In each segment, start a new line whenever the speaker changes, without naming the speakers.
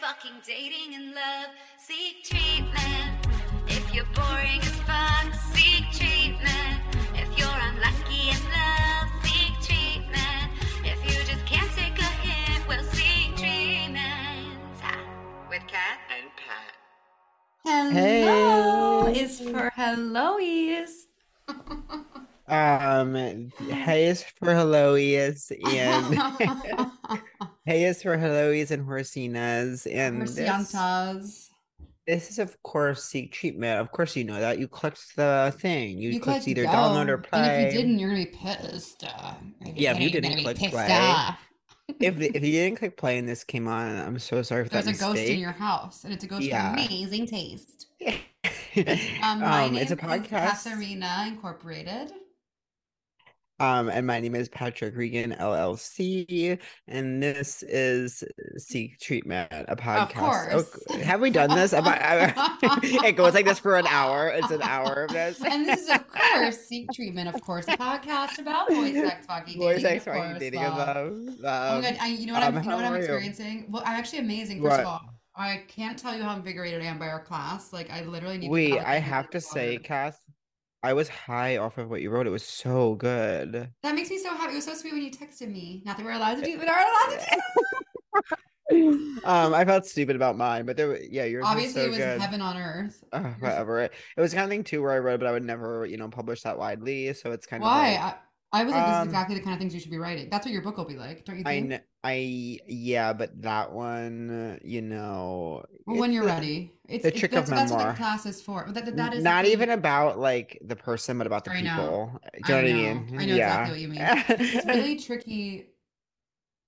talking, dating, and love. Seek treatment. If you're boring as fun, seek treatment. If you're unlucky in love, seek treatment. If you just can't take a hint, well, seek treatment. Ah, With Cat and Pat.
Hello is for helloies.
Um, hey is for Heloise and hey is for Heloise and Horsinas and this,
Persiantas.
this is of course seek treatment. Of course you know that you clicked the thing. You,
You
clicked
clicked
either download or
go,
play.
And if you didn't, you're gonna be pissed. Uh, if you
Yeah, if you didn't
didn't, you're gonna
click
be pissed
play,
off.
if the- if you didn't click play and this came on, I'm so sorry for
There's
that
a ghost
mistake.
in your house, and it's a ghost
Yeah.
with amazing taste.
um,
my
it's a
name is
podcast.
Katharina Incorporated.
Um, and my name is Patrick Regan LLC, and this is Seek Treatment, a podcast.
course.
Okay, Have we done this? Am I- I- it goes like this for an hour. It's an hour of this.
and this is, of course, Seek Treatment, of course, a podcast about voice sex, talking,
Voice
dating, and
sex,
of
fucking
course,
dating,
love.
and love.
Oh my
love.
god! I, you know what I'm,
um,
you know what
how
I'm
are you?
experiencing. Well, I'm actually amazing. First
What?
of all, I can't tell you how invigorated I am by our class. Like, I literally need.
Wait,
to
I have to say,
say,
Kath, I was high off of what you wrote. It was so good.
that makes me so happy. It was so sweet when you texted me. Not that we're allowed to do, but are allowed to do. that.
um, I felt stupid about mine, but there, were- yeah, yours was
Obviously,
so
it was
good.
heaven on earth.
Ugh, whatever. It was kind of thing too where I wrote, but I would never, you know, publish that widely. So it's kind of
Why?
like,
I, I was like, this is
Um,
exactly the kind of things you should be writing. That's what your book will be like, don't you
I
think?
know, I yeah, but that one, you know,
Well, when
it's
you're
the-
ready, it's
the
it-
trick of
that's, that's what the
memoir.
class is for. But that, that, that
n-
is the
not
thing.
even about like the person, but about the
I know.
people. Do you
I
know what I
know.
mean?
I know
yeah.
exactly what you mean. It's really tricky.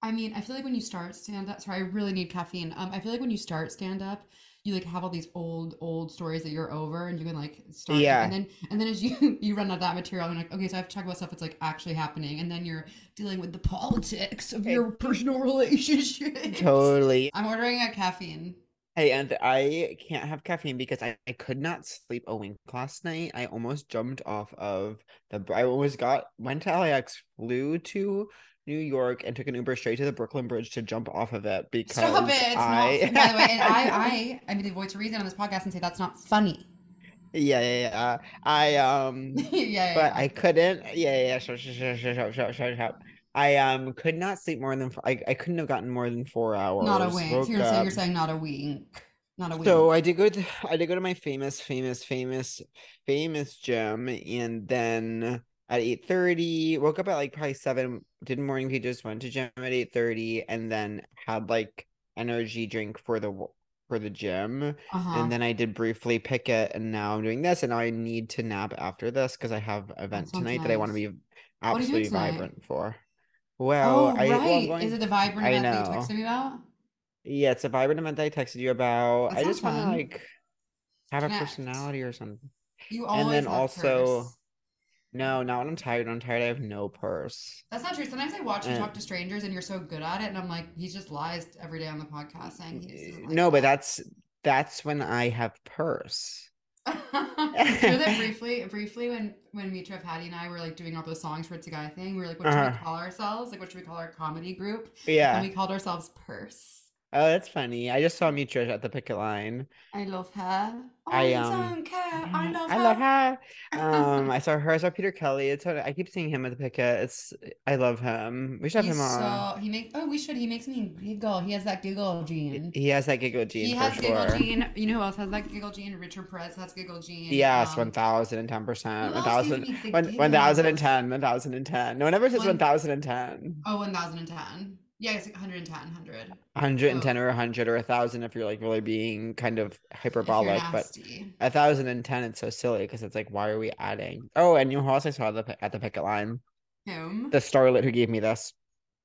I mean, I feel like when you start stand up, sorry, I really need caffeine. Um, I feel like when you start stand up, you like have all these old, old stories that you're over and you can like start to-
Yeah.
and then and then as you you run out of that material and you're like, okay, so I have to talk about stuff that's like actually happening, and then you're dealing with the politics of your personal relationship.
Totally.
I'm ordering a caffeine.
Hey, and I can't have caffeine because I, I could not sleep a wink last night. I almost jumped off of the. br- I almost got went to LAX, flew to New York, and took an Uber straight to the Brooklyn Bridge to jump off of it because
Stop it. It's
I.
not by the way, and I I I mean the voice of reason on this podcast and say that's not funny.
yeah, yeah, yeah. I um.
yeah, yeah,
but
yeah.
I couldn't. Yeah, yeah, yeah. Shut, shut, shut, shut, shut, shut, shut, shut. I um could not sleep more than f- I, I couldn't have gotten more than four hours.
Not a wink. So
woke
you're, saying, you're
up.
saying not a wink. Not a wink.
So I did go to I did go to my famous, famous, famous, famous gym, and then at eight thirty woke up at like probably seven. Did morning pages, went to gym at eight thirty, and then had like energy drink for the wo- for the gym.
uh-huh.
And then I did briefly pick it, and now I'm doing this, and now I need to nap after this because I have an event
sounds
tonight that I want to
nice.
be
What are you doing
absolutely
tonight?
vibrant for. Well,
oh,
I well, I'm
right.
going-
Is it the vibrant
I
event that you
know.
texted me about?
yeah, it's a vibrant event that I texted you about.
That
I
sounds
just want to
fun.
like have
Connect.
a personality or something.
You
And
always
then
have
also-
curse.
No, not when I'm tired. When I'm tired. I have no purse.
That's not true. Sometimes I watch you
Uh,
talk to strangers and you're so good at it, and I'm like, he just lies every day on the podcast saying he just doesn't like
Eh, No, but
that.
that's that's when I have purse.
you know that briefly, briefly when when Mitra Patty and I were like doing all those songs for It's a Guy thing, we were like, what should we
Uh-huh.
call ourselves? Like, what should we call our comedy group? And
Yeah.
we called ourselves Purse.
Oh, that's funny. I just saw Mitra at the picket line.
I love her. Oh,
I,
it's
um,
on cat.
Yeah,
I love
I
her.
love her. Um, I saw her. I saw Peter Kelly. It's I keep seeing him at the picket. It's I love him. We should have
He's
him on.
so he makes oh we should he makes me giggle he has that giggle gene
He has that giggle gene
he
for
has giggle
sure.
gene you know who else has that giggle gene Richard Perez has giggle gene
Yes,
um,
one thousand and ten percent.
who
One
else gives
thousand.
me the
One,
giggles?
one thousand and ten, one thousand and ten. No one ever says
One-
one thousand and ten.
oh 1010 yeah it's like 110 100
Hundred and ten or hundred or a thousand if you're like really being kind of
Oh. if you're
hyperbolic, but
nasty
a thousand and ten it's so silly because it's like why are we adding? Oh, and you know who else I saw at the pi- at the picket line?
him
The starlet who gave me this.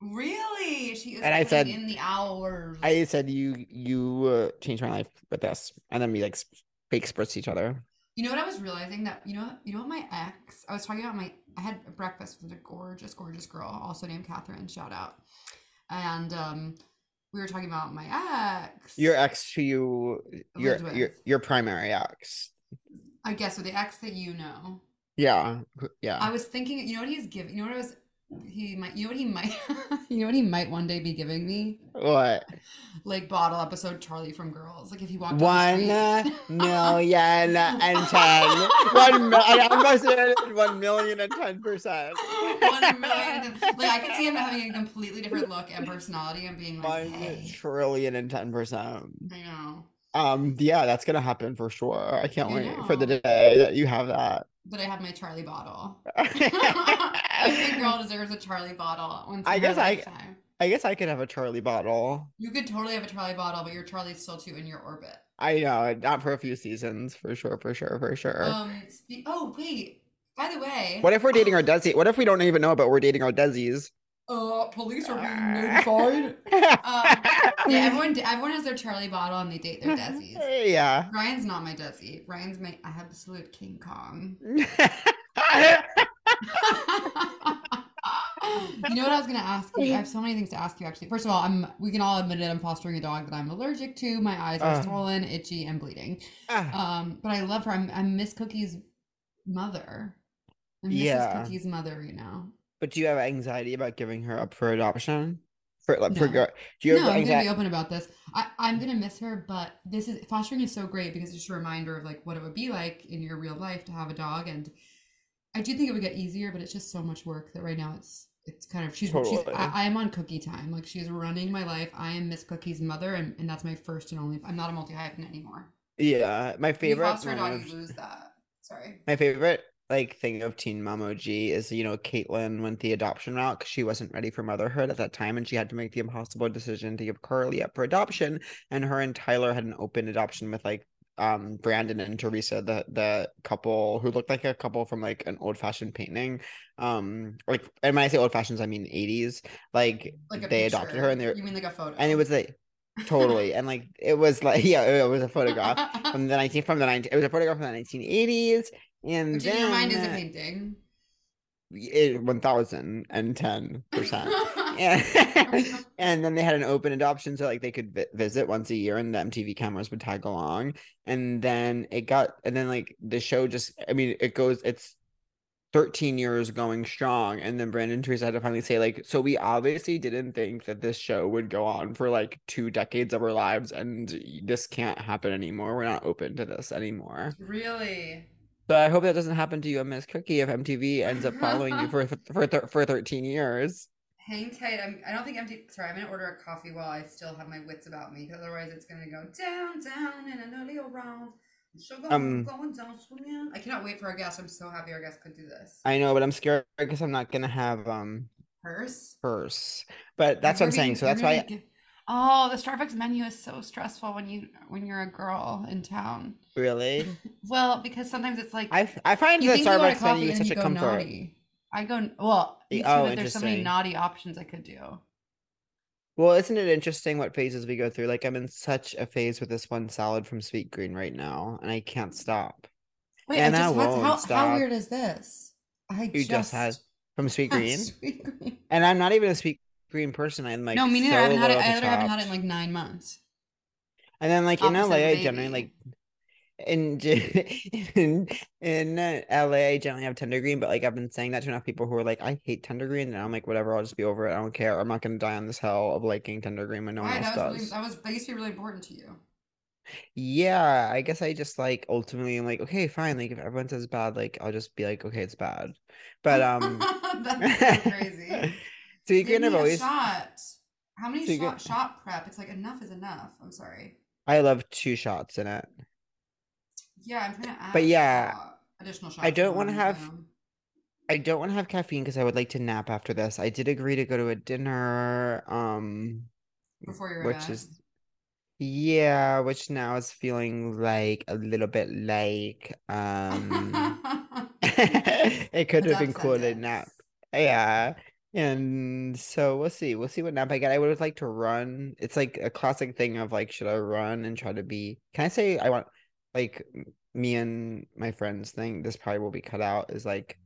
really she is
And I
putting
said-
in the hours
I said you you uh, changed my life with this, and then we like sp- fake spritz each other.
You know what I was realizing that you know you know what my ex I was talking about my I had breakfast with a gorgeous gorgeous girl also named Catherine shout out and um we were talking about my ex
Your ex, who you your
Lived with.
your your primary ex,
I guess so the ex that you know
yeah, who- yeah.
I was thinking you know what he's giving you know what I was he might you know what he might you know what he might one day be giving me
What?
like bottle episode Charlie from Girls like if he walked down
One
the
uh,
street. Uh-huh.
million and ten. One mil- I almost said it, one million and ten percent.
One million and- like I could see him having a completely different look and personality and being like
One
hey
trillion and ten percent.
I know
Um, yeah, that's gonna happen for sure. I can't
I
wait for the
know.
day that you have that.
but I have my Charlie bottle every girl deserves a Charlie bottle once in
I
her
guess I-
lifetime.
I guess I could have a Charlie bottle.
you could totally have a Charlie bottle but your Charlie's still too in your orbit
I know, not for a few seasons, for sure, for sure, for sure.
um spe- oh wait by the way
what if we're dating our Desi? What if we don't even know about we're dating our Desis?
uh police are
Ah.
being notified Um, yeah, everyone everyone has their Charlie bottle and they date their Desi's.
yeah.
Ryan's not my Desi. Ryan's my absolute King Kong. you know what I was gonna ask you? I have so many things to ask you. Actually, first of all, I'm we can all admit it. I'm fostering a dog that I'm allergic to. My eyes are
Uh.
swollen, itchy, and bleeding.
Ah,
Um, but I love her. I'm, I'm Miss Cookie's mother. I'm Mrs.
Yeah.
Cookie's mother right now.
but do you have anxiety about giving her up for adoption? For like, for
No.
go- do you
No,
have
I'm gonna be
anxiety?
open about this. I, I'm gonna miss her, but this is fostering is so great because it's just a reminder of like what it would be like in your real life to have a dog, and I do think it would get easier, but it's just so much work that right now it's it's kind of she's she's
Totally.
I, I am on cookie time, like she's running my life. I am Miss Cookie's mother, and, and that's my first and only. I'm not a multi hyphen anymore.
Yeah, my
When you
favorite.
foster a dog,
move-
you lose that. Sorry.
My favorite like thing of Teen Mom OG is you know Caitlyn went the adoption route because she wasn't ready for motherhood at that time, and she had to make the impossible decision to give Carly up for adoption. And her and Tyler had an open adoption with like um Brandon and Teresa, the the couple who looked like a couple from like an old fashioned painting. Um, like and when I say old fashions, I mean eighties. Like,
Like a
they adopted her,
picture.
and they
you mean like a photo,
and it was like totally and like it was like yeah it was a photograph
photograph.
from the 19 from the 19 it was a photograph from the 1980s and
Which
then
in your mind is a painting.
it 1010 percent and, and then they had an open adoption so like they could vi- visit once a year and the mtv cameras would tag along and then it got and then like the show just i mean it goes it's 13 years going strong and then brandon and teresa had to finally say like so we obviously didn't think that this show would go on for like two decades of our lives and this can't happen anymore we're not open to this anymore
Really?
but I hope that doesn't happen to you and Miss Cookie if MTV ends up following you for for thir- for thirteen years.
Hang tight. I'm, I don't think empty. Sorry, I'm gonna order a coffee while I still have my wits about me, because otherwise it's gonna go down, down, and another round. She'll go
Um,
going down, swimming. I cannot wait for our guest. I'm so happy our guest could do this.
I know, but I'm scared because I'm not gonna have um
Purse.
purse. But that's what I'm saying. So that's why.
Oh, the Starbucks menu is so stressful when you when you're a girl in town.
Really,
Well, because sometimes it's like
I f- I find
you
the
think you order
Starbucks
coffee
menu
and
such
you
a
go
comfort.
naughty. I go well.
Y-
Me too,
oh,
but there's so many
interesting.
naughty options I could do.
Well, isn't it interesting what phases we go through? Like I'm in such a phase with this one salad from Sweet Green right now, and I can't stop
Wait,
And
I
I
just what's-
won't
how, how
stop.
weird is this? I
You just had from Sweet Green.
Sweet green.
And I'm not even a Sweet Green person. I'm like
no, me neither.
so
I haven't had it.
low
I
on the
literally haven't had it in
chops.
like nine months.
And then like in
Opposite of
LA,
a
I generally like
baby.
in ge- in in uh, LA, I generally have tender green, but like I've been saying that to enough people who are like, I hate tender green, and I'm like, whatever, I'll just be over it. I don't care. I'm not gonna die on this hill of liking tender green when no one
Why?
else
That was, really,
does.
that was that used to be really important to you.
Yeah, I guess I just like ultimately, I'm like, okay, fine. Like if everyone says bad, like I'll just be like, okay, it's bad. But um,
that's so crazy.
Sweet green,
Give me
I've
a
always
shot. How many
So you
shot,
get-
shot prep? It's like enough is enough. I'm sorry.
I love two shots in it.
Yeah, I'm trying to add
But yeah,
shot- additional shots.
I don't
want
wanna have- I don't want to have caffeine because I would like to nap after this. I did agree to go to a dinner. Um.
before your
which
event.
is yeah which now is feeling like a little bit like um it could have
Adult
been called a nap
sentence.
yeah and so we'll see we'll see what nap i get i would like to run it's like a classic thing of like should i run and try to be can i say i want like m- me and my friends thing this probably will be cut out is like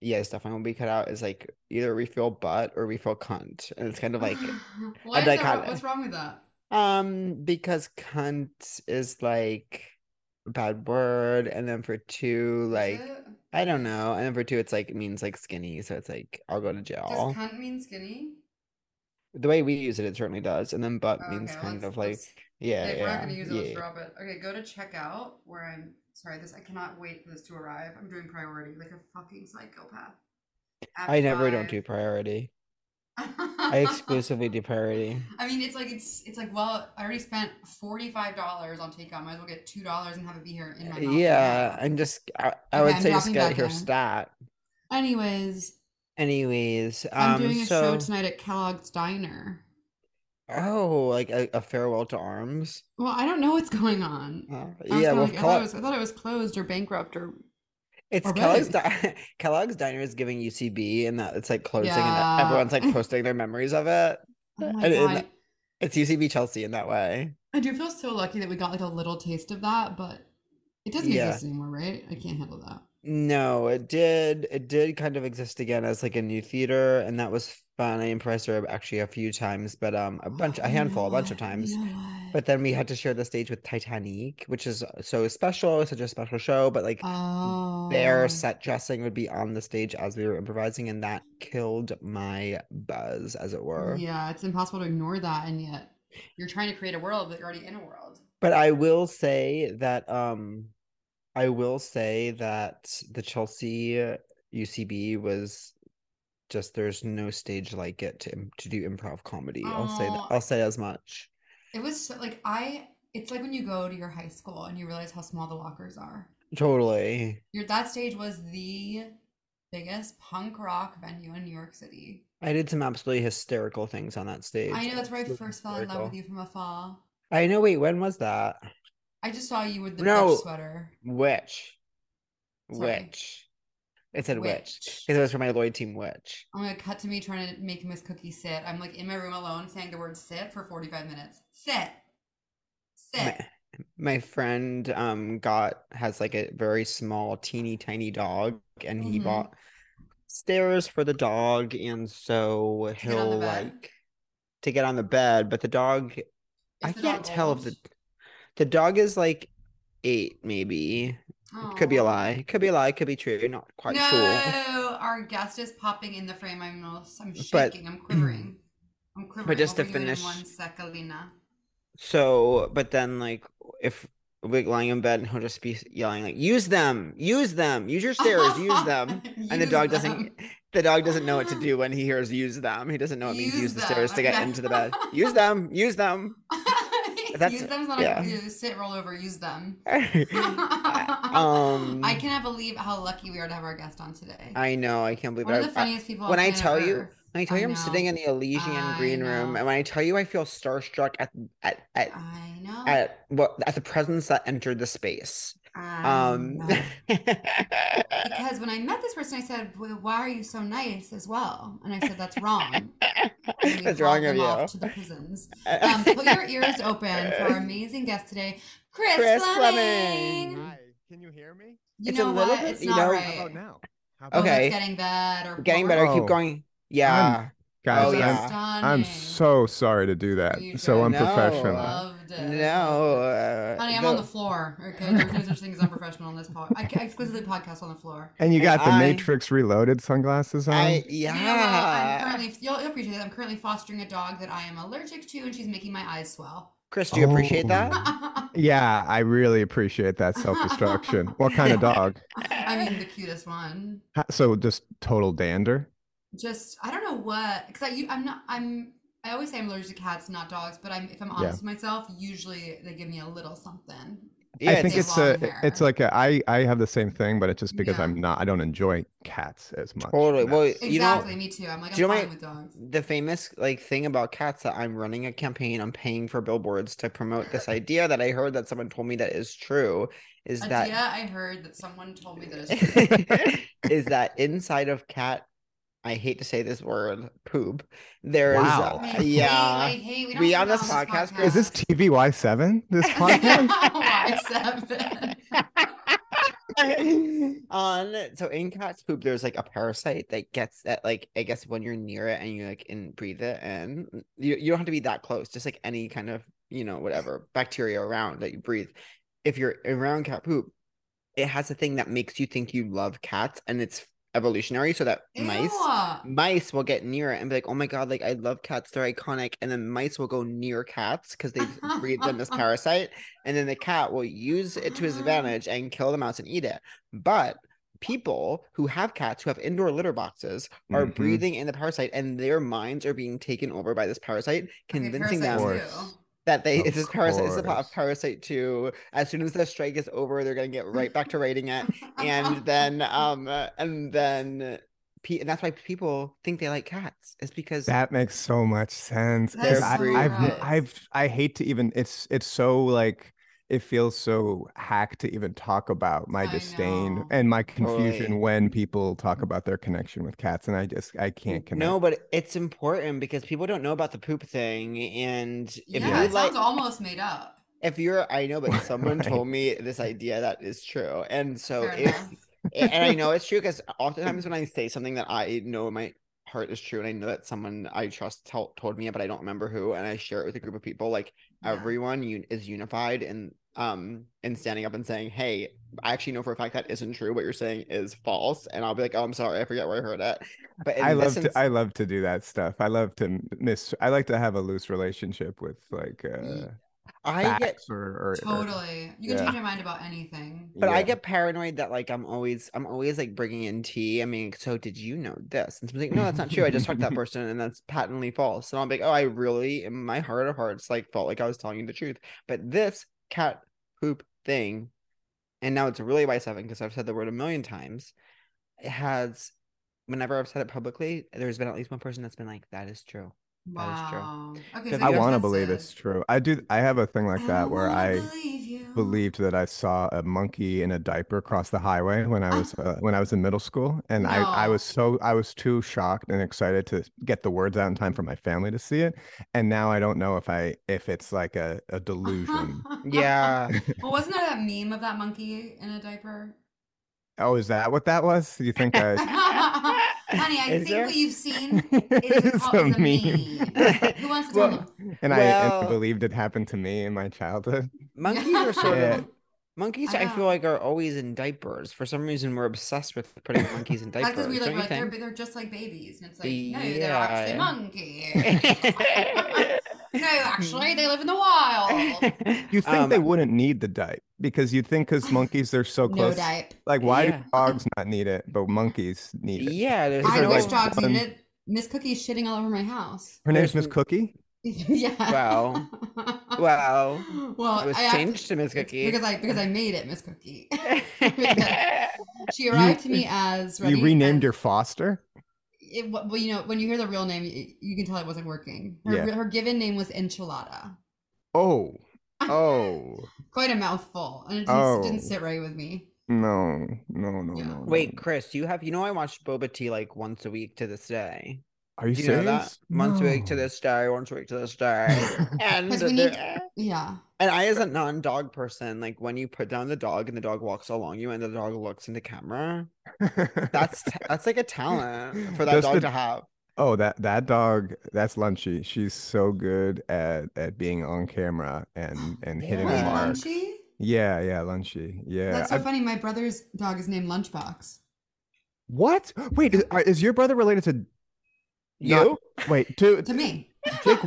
yeah it's definitely will be cut out is like either we feel butt or we feel cunt and it's kind of like
Why
a
is that wrong-
dichot-
what's wrong with that?
um, because cunt is like bad word, and then for two,
Is
like
it?
I don't know, and then for two, it's like it means like skinny, so it's like I'll go to jail.
Does cunt mean skinny?
The way we use it, it certainly does, and then butt
Oh,
means
okay,
kind
let's-
of like
let's-
yeah,
If we're not
yeah,
gonna use it,
yeah.
let's drop it. Okay, go to checkout where I'm sorry, this I cannot wait for this to arrive. I'm doing priority like a fucking psychopath. App
I never don't
five.
do priority. I exclusively do priority.
I mean, it's like it's it's like well, I already spent forty five dollars on takeout. Might as well get two dollars and have it be here in my mouth.
Uh, Yeah, I'm just I, I
Okay,
would
I'm
say just
dropping
get
back
your
in.
stat.
Anyways,
Anyways, um,
I'm doing a
so
show tonight at Kellogg's Diner.
oh, like a, a farewell to arms.
Well, I don't know what's going on.
Uh,
I was
yeah,
kinda
well,
like, I,
Kellogg-
thought it was, I thought it was closed or bankrupt or
it's
or
Kellogg's. Di- Kellogg's Diner is giving UCB, and that it's like closing, and
Yeah.
everyone's like posting their memories of it.
oh my
Uh, And- and-
God.
It's UCB Chelsea in that way.
I do feel so lucky that we got like a little taste of that, but it doesn't
Yeah.
exist anymore, right? I can't handle that.
No, it did. It did kind of exist again as like a new theater, and that was fun. I impressed her actually a few times, but um, a bunch, a
Oh, you know
handful, a bunch of
what? You
times.
know what?
But then we had to share the stage with Titanic, which is so special, such a special show. But like their
Oh.
set dressing would be on the stage as we were improvising, and that killed my buzz, as it were.
Yeah, it's impossible to ignore that, and yet you're trying to create a world, but you're already in a world.
But I will say that um I will say that the Chelsea uh, UCB was just there's no stage like it to im- to do improv comedy. I'll say that
Aw.
I'll say as much.
It was so, like I. It's like when you go to your high school and you realize how small the lockers are.
Totally.
Your that stage was the biggest punk rock venue in New York City.
I did some absolutely hysterical things on that stage.
I know that's where I
Absolutely
first fell in love with
hysterical.
you from afar.
I know, wait, when was that?
I just saw you with the
No.
Dutch sweater.
Which?
Sorry.
Which? It said which.
Which?
Because it was for my Lloyd team which.
I'm gonna cut to me trying to make Miss Cookie sit. I'm like in my room alone saying the word sit for 45 minutes. Sit. Sit.
My, my friend um got has like a very small teeny tiny dog and he
Mhm.
bought stairs for the dog and so
get on the
he'll
bed?
like to get on the bed but the dog I
Is the dog
can't tell if
old?
the the dog is like eight maybe It could be a
Aw.
lie could be a lie could be true not quite
no,
sure
our guest is popping in the frame. I'm almost, I'm
But-
shaking. I'm quivering. I'm quivering.
just
I'll
to
bring you in in
finish-
one sec, Alina.
so but then like if we're lying in bed and he'll just be yelling like use them use them use your stairs use them and the
Use
dog doesn't
them.
the dog doesn't know what to do when he hears use them he doesn't know it means
Use
use the stairs to
them,
get
okay.
into the bed use them use them That's-
use them's not
yeah.
a you sit roll over. Use them.
um
I cannot believe how lucky we are to have our guest on today.
i know i can't believe
One of
it
the
I- I-
funniest people on
when I
planet
tell you-
Earth.
when i tell
I
you i'm sitting
know.
in the elysian
I
green room
know.
and when i tell you i feel starstruck at at at,
I know.
at what at the presence that entered the space
I
um
know. uh, because when I met this person, I said, well, "Why are you so nice?" as well, and I said, "That's wrong." And we
that's
hauled
wrong of
them off to
you
the prisons. Um, put your ears open for our amazing guest today, Chris,
Chris
Fleming.
Fleming.
Hi, can you hear me?
You
It's a
know
little
what?
bit-
it's
you
not
know-
How
right.
about now? How
Oh,
about
it's
Okay.
getting better.
getting better keep
Oh.
going yeah
Guys,
Oh, yeah.
I'm, I'm so sorry to do that.
You
so
guys- uh,
unprofessional.
No.
Loved it.
No, uh,
Honey, I'm
the-
on the floor. Okay, there's no such thing as unprofessional on this podcast. I I exclusively podcast on the floor.
And you
And
got the
I-
Matrix Reloaded sunglasses on?
I
You know what? I'm
yeah.
currently you'll appreciate that I'm currently fostering a dog that I am allergic to, and she's making my eyes swell.
Chris, do you appreciate
Oh.
that?
yeah, I really appreciate that self destruction. what kind of dog?
I mean, the cutest one.
Ha- So just total dander?
Just I don't know what because I you, I'm not I'm I always say I'm allergic to cats, not dogs, but I'm if I'm honest
Yeah.
with myself, usually they give me a little something.
Yeah,
I think
it's
it's
long
a,
hair.
it's like a, I, I have the same thing, but it's just because
Yeah.
I'm not, I don't enjoy cats as much.
Totally.
and
Well,
that's-
You know-
Exactly, me too. I'm like
Do
I'm
you know
fine
my-
with dogs.
the famous like thing about cats that I'm running a campaign, I'm paying for billboards to promote this idea that I heard that someone told me that is true, is
Idea
that
I heard that someone told me that is true.
idea?
is that inside of cat, I hate to say this word, poop. There's
Wow.
I
uh,
hate,
yeah.
I hate. We, don't
We
do
on
that
this podcast, Chris-
Is this TVY7? This podcast?
Why seven?
on so in cat's poop there's like a parasite that gets that like i guess when you're near it and you like in breathe it in you, you don't have to be that close just like any kind of you know whatever bacteria around that you breathe if you're around cat poop, it has a thing that makes you think you love cats, and it's evolutionary, so that mice
Ew.
mice will get near it and be like, "Oh my god, like I love cats, they're iconic." And then mice will go near cats because they breed them as parasite, and then the cat will use it to his advantage and kill the mouse and eat it. But people who have cats who have indoor litter boxes are
Mhm.
breathing in the parasite, and their minds are being taken over by this parasite, convincing
parasite
them
too.
that they
Of
it's this parasite. It's the plot of
course.
Parasite Two. As soon as the strike is over, they're gonna get right back to rating it and then um uh, and then pe- and that's why people think they like cats is because
That makes so much sense.
That
is
I,
so
I've, n-
gross.
I've, I hate to even. It's, it's so like it feels so hack to even talk about my
I
disdain
know.
and my confusion
Totally.
when people talk about their connection with cats, and I just, I can't connect.
no but it's important because people don't know about the poop thing and if
yeah,
you
it
like
sounds almost made up.
if you're i know but someone
Right.
told me this idea that is true and so
Fair
if
enough.
and and I know it's true because oftentimes when I say something that I know in my heart is true, and I know that someone I trust tell, told me, it, but I don't remember who, and I share it with a group of people, like
Yeah.
everyone un- is unified in um in standing up and saying, "Hey, I actually know for a fact that isn't true. What you're saying is false," and I'll be like, "Oh, I'm sorry, I forget where I heard it." But in
I
this
love to
ins-
I love to do that stuff. I love to m- miss. I like to have a loose relationship with like uh,
I get
facts or, or or-
Totally. You can
Yeah.
change your mind about anything.
But I
Yeah.
get paranoid that like I'm always I'm always like bringing in tea. I mean, so did you know this? And somebody's like, no, that's not true. I just talked to that person, and that's patently false. And I'm like, oh, I really, in my heart of hearts, like felt like I was telling you the truth. But this cat poop thing, and now it's really by seven because I've said the word a million times. It has, whenever I've said it publicly, there's been at least one person that's been like, that is true. That is true.
Wow. Okay,
Because
so
I
you're
want to
tested.
believe it's true. I do. I have a thing like that where
Uh-huh.
I
believe you.
believed that I saw a monkey in a diaper cross the highway when I was uh, when I was in middle school, and I I was so I was too shocked and excited to get the words out in time for my family to see it, and now I don't know if I if it's like a a delusion.
Yeah.
Well, wasn't there that meme of that monkey in a diaper?
oh, is that what that was? You think I?
Honey, I
Is
think
there-
what you've seen is called- is a meme. Who wants to tell
Well,
them?
and I, and I
Well-
believed it happened to me in my childhood.
Monkeys are sort
Yeah.
of monkeys.
I
I, feel
know.
like are always in diapers. For some reason, we're obsessed with putting monkeys in
That's
diapers.
because we like,
don't you
like they're,
think?
they're just like babies. And it's like, no, they're
Yeah.
actually monkeys. no, actually, they live in the wild.
You think they
Um,
wouldn't need the diet because you think because monkeys they're so
No
close.
diaper.
like why
Yeah.
do dogs not need it, but monkeys need it?
Yeah, there's
Is
I
there,
wish
like,
dogs
one-
needed Miss Cookie's shitting all over my house.
Her name's
There's
Miss
n-
Cookie.
yeah.
Wow. Wow.
Well,
It was
I have to-
changed to Miss
it's
Cookie.
because I because I made it Miss Cookie. she arrived to me as ready
You renamed
as-
your foster.
It, wa- well, you know, when you hear the real name, you, you can tell it wasn't working. Her,
Yeah.
her given name was Enchilada.
Oh, oh
Quite a mouthful, and it didn't, it didn't
Oh.
sit right with me.
no, no, no,
Yeah.
no.
Wait,
no.
Chris, you have you know I watch Boba Tea like once a week to this day.
are you
Do you know that?
serious?
Once a week to
No.
this day, once a week to this day. And
Because we
there-
need- Yeah.
And I, as a non-dog person, like when you put down the dog and the dog walks along you and the dog looks into camera, that's t- that's like a talent for that
Just
dog
the-
to have.
Oh, that that dog, that's Lunchy. She's so good at at being on camera and and hitting
Yeah.
a
Wait,
mark.
Lunchy?
Yeah, yeah, Lunchy. Yeah.
That's so
I've-
funny. My brother's dog is named Lunchbox.
what? Wait, is, are- is your brother related to Not-
You?
Wait, to
To me.
Jake-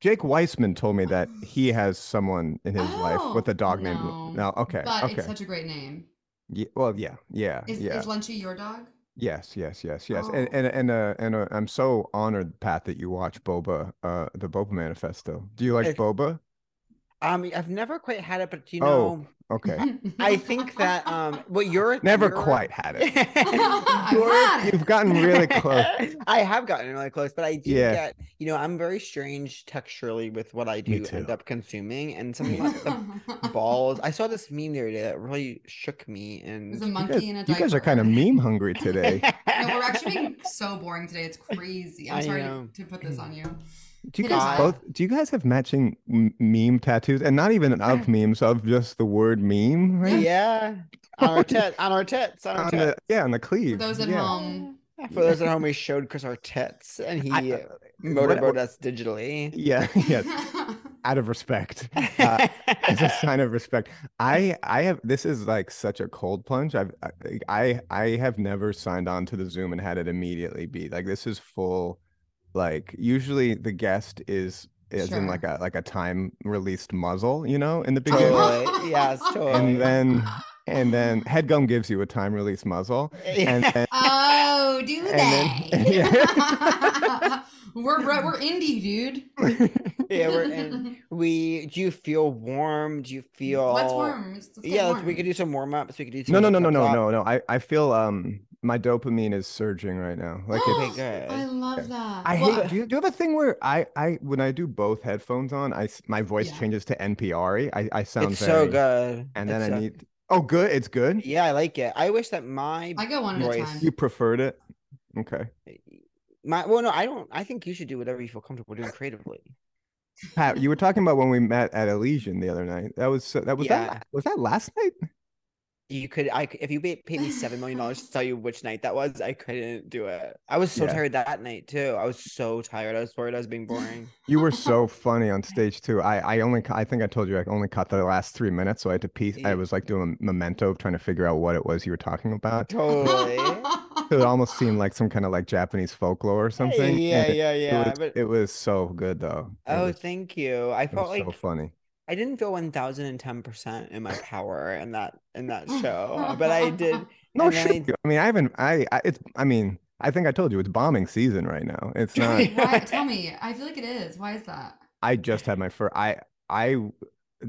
Jake Weissman told me that he has someone in his life with
Oh,
a dog named
no.
Lu- No, okay.
but
Okay.
it's such a great name.
Ye- well, yeah. Yeah.
Is,
yeah.
is Lunchy your dog?
Yes, yes, yes, yes. And
Oh.
and and uh and uh, I'm so honored, Pat, that you watch Boba, uh the Boba Manifesto. Do you like
It's-
Boba?
Um, I've never quite had it, but you
Oh.
know,
Okay.
I think that um, well, you're
Never
you're-
quite had it.
I've
You're-
had it.
You've gotten really close.
I have gotten really close, but I do
Yeah.
get, you know, I'm very strange texturally with what I
Me
do end
too.
up consuming, and something like the balls. I saw this meme the other day that really shook me,
There's a
and
You guys,
monkey in a diaper.
you guys are kind of meme hungry today.
No, we're actually being so boring today. It's crazy. I'm
I
sorry
know.
to, to put this on you.
Do you
It is
guys
hot.
both? Do you guys have matching m- meme tattoos, and not even of memes, of just the word meme, right?
yeah, on our tits, on our tits, on our
On
tits.
the, yeah, on the
For
cleave.
those at
yeah.
home,
For those at home, we
uh,
showed Chris our tits, and he
I-
motorboat
what-
us digitally.
Yeah. Yes. out of respect. Uh, it's a sign of respect. I I have this is like such a cold plunge. I've I- I I have never signed on to the Zoom and had it immediately be like this is full. Like usually the guest is is in
Sure.
like a like a time released muzzle, you know, in the beginning.
totally. Yes, totally.
And then and then headgum gives you a time release muzzle. And then
Oh, do
And
they?
then- yeah.
we're re- we're indie, dude.
yeah, we're in. We do you feel warm? Do you feel
Let's warm. Let's- let's get
Yeah, let's, we
warm.
could do some warm ups. We could do some
no no no no
warm-ups
no
up.
no no. I, I feel um my dopamine is surging right now. Like it's
Okay, good.
I love that.
I
Well,
hate. Do you, do you have a thing where I, I, when I do both headphones on, I s- my voice
Yeah.
changes to NPR. I, I sound
It's so
very-
good.
And then
It's
I
so-
need. Oh, good. It's good.
Yeah, I like it. I wish that my
I go one at a
Voice.
time.
You preferred it. Okay.
my well, no, I don't. I think you should do whatever you feel comfortable doing creatively.
Pat, you were talking about when we met at Elysian the other night. That was so- that was that
Yeah.
la- was that last night?
You could, I c- if you paid, paid me seven million dollars to tell you which night that was, I couldn't do it. I was so
Yeah.
tired that night too. I was so tired. I was worried I was being boring.
You were so funny on stage too. I I only ca- I think I told you I only caught the last three minutes, so I had to piece. I
Yeah.
was like doing a memento of trying to figure out what it was you were talking about.
totally.
So it almost seemed like some kind of like Japanese folklore or something.
Yeah,
and
yeah, yeah.
It was,
but
it was so good though. It
oh,
was-
thank you. I
It
felt
was
like
so funny.
I didn't feel one thousand and ten percent in my power in that in that
Oh,
show, but I did.
No
and then
shit.
I-
dude. I mean, I haven't. I, I. It's. I mean, I think I told you it's bombing season right now. It's not.
Why? Tell me. I feel like it is. Why is that?
I just had my first. I. I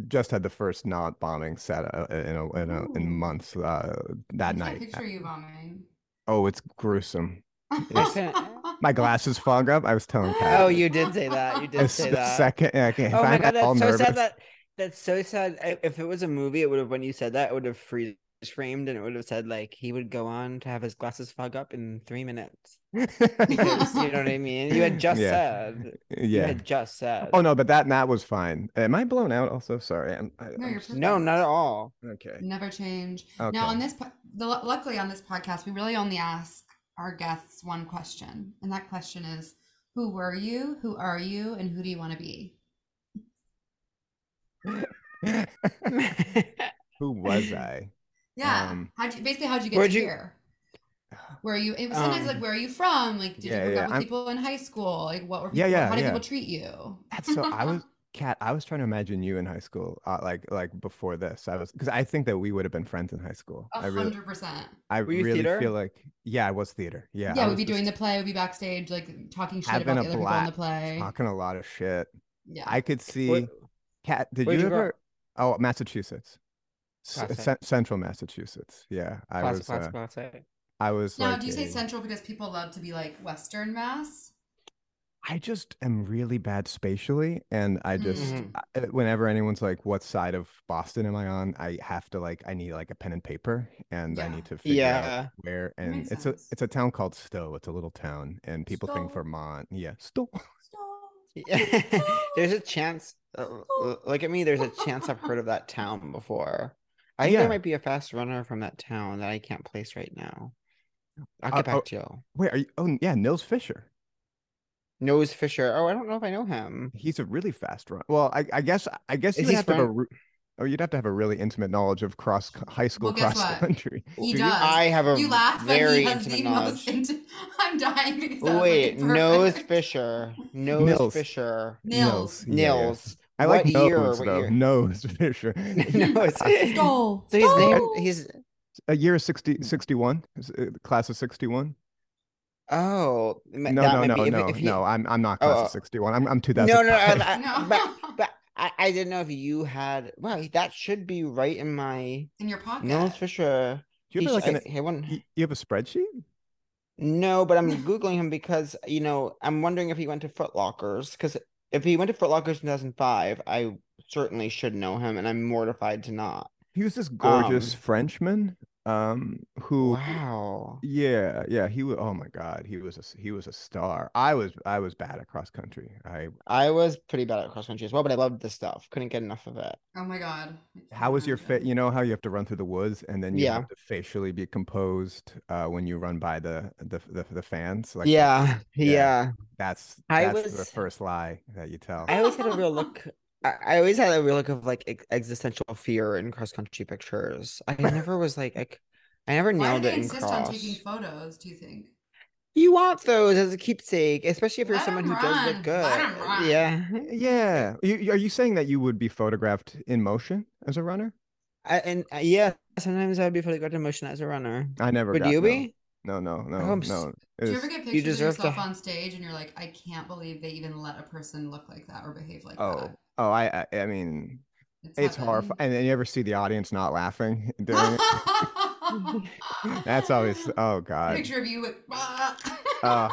just had the first not bombing set uh, uh, in a, in, a,
Ooh.
in months uh,
I
that
can't
night.
picture you vomiting.
Oh, it's gruesome.
Yes.
My glasses fog up. I was telling Pat.
Oh, you did say that. You did
It's
say
the
that.
second. I can't,
Oh
if
my
I'm
god,
at all
that's so
nervous.
sad. That that's so sad. I- If it was a movie, it would have when you said that, it would have freeze framed, and it would have said like he would go on to have his glasses fog up in three minutes. Because, you know what I mean? You had just
Yeah.
said. You
yeah.
had just said.
Oh no, but that that was fine. Am I blown out? Also, sorry. I'm, I,
No,
I'm
you're
s-
No, not at all.
okay.
Never change.
Okay.
Now, on this, po- the, luckily on this podcast, we really only ask our guests one question, and that question is, "Who were you? Who are you? And who do you want to be?"
Who was I?
Yeah.
Um,
how'd you basically how'd you get
where'd
to
you-
here? Where you? It was sometimes
Um,
like, where are you from? Like, did
yeah,
you hook
yeah,
up with
I'm-
people in high school? Like, what were people,
Yeah, yeah,
how did
yeah.
people treat you?
That's so. I was Kat. I was trying to imagine you in high school, uh, like like before this. I was because I think that we would have been friends in high school.
A
I really,
hundred percent.
I
Were you
really
theater?
feel like yeah, I was theater. Yeah,
Yeah,
I
we'd
was
be doing
just
the play. We'd be backstage, like talking shit
Having
about the
a
other people in the
blast.
play.
talking a lot of shit.
Yeah.
I could
Where-
see. Kat, did you
where'd you grow
ever? Oh, Massachusetts, C-
Classic.
cen- Central Massachusetts. Yeah, I
classic,
was.
classic,
uh,
classic.
I was.
now,
like
do you say
a-
central because people love to be like Western Mass?
I just am really bad spatially, and I just
Mm-hmm.
Mhm.
I- uh, whenever anyone's like, "What side of Boston am I on?" I have to like, I need like a pen and paper, and I
Yeah.
need to figure
Yeah.
out where.
That
And
makes
it's
sense.
a it's a town called Stowe. It's a little town, and people think
Stowe.
Vermont. Yeah, Stowe.
there's a chance. uh, l- Look at me. There's a chance I've heard of that town before. I think
Yeah.
there might be a fast runner from that town that I can't place right now. I'll get
Uh,
back
oh.
to you.
Wait, are you? Oh, yeah, Nils Fisher.
Nose Fisher. Oh, I don't know if I know him.
He's a really fast run. Well, I, I guess I guess
Is
you'd
he
have to have a
sprint?
re- oh, you'd have to have a really intimate knowledge of cross co- high school
guess
cross
what?
country.
He
Do you-
does.
I have a
you laugh, but
very
he has the
intimate knowledge.
most. Into- I'm dying because that was
Wait,
like
Nose
perfect.
Fisher. Nose
Nils.
Fisher.
Nils.
Yeah, yeah.
Nils.
I like
what
nose
year? What
though.
year?
Nose Fisher.
Nose. so
Stole.
he's named.
Stole.
He's
A year is 60, 61, is it the class of 61?
oh m-
No,
that
no,
might
no,
be- if-
no,
if he-
no. I'm I'm not
Oh,
class
oh.
of 61. I'm I'm
no,
2000.
no, no. I- I-
No.
But but I, I didn't know if you had. Wow, that should be right in my
in your pocket.
Nose Fisher.
Do you
He
have like
sh- I-
an,
I wouldn't-
y- you have a spreadsheet?
No, but I'm googling him because you know I'm wondering if he went to Foot Lockers because if he went to Foot Lockers in 2005, I certainly should know him, and I'm mortified to not.
He was this gorgeous
Um,
Frenchman um who
Wow.
yeah, yeah, he was oh my god, he was a, s- he was a star. I was I was bad at cross country. I
I was pretty bad at cross country as well, but I loved this stuff. Couldn't get enough of it.
Oh my god. I can't
how was your fit?
imagine.
You know how you have to run through the woods and then you
Yeah.
have to facially be composed uh when you run by the the the, the fans like
yeah,
yeah.
yeah.
that's
I
that's the
was-
first lie that you tell.
I always had a real look. I, I always had a real look of like ex- existential fear in cross country pictures. I never was like I, c- I never
Why
nailed
do
it
they
in
insist
cross.
on taking photos? Do you think?
You want those as a keepsake, especially if you're
Let
someone
'em
who does look
run.
good.
Let 'em run.
Yeah.
Yeah. You, you- are you saying that you would be photographed in motion as a runner?
I, and uh, yeah, sometimes I would be photographed in motion as a runner.
I never
Would
got-
you
no.
be?
No, no, no,
Oh,
I'm s-
no. It
Do you
was-
ever get pictures
deserve
of yourself
to-
on stage and you're like, I can't believe they even let a person look like that or behave like
oh,
that?
oh, I, I, I mean, it's, horrifying.
happened.
And then you ever see the audience not laughing during it? That's always, oh god.
picture of you with.
Uh,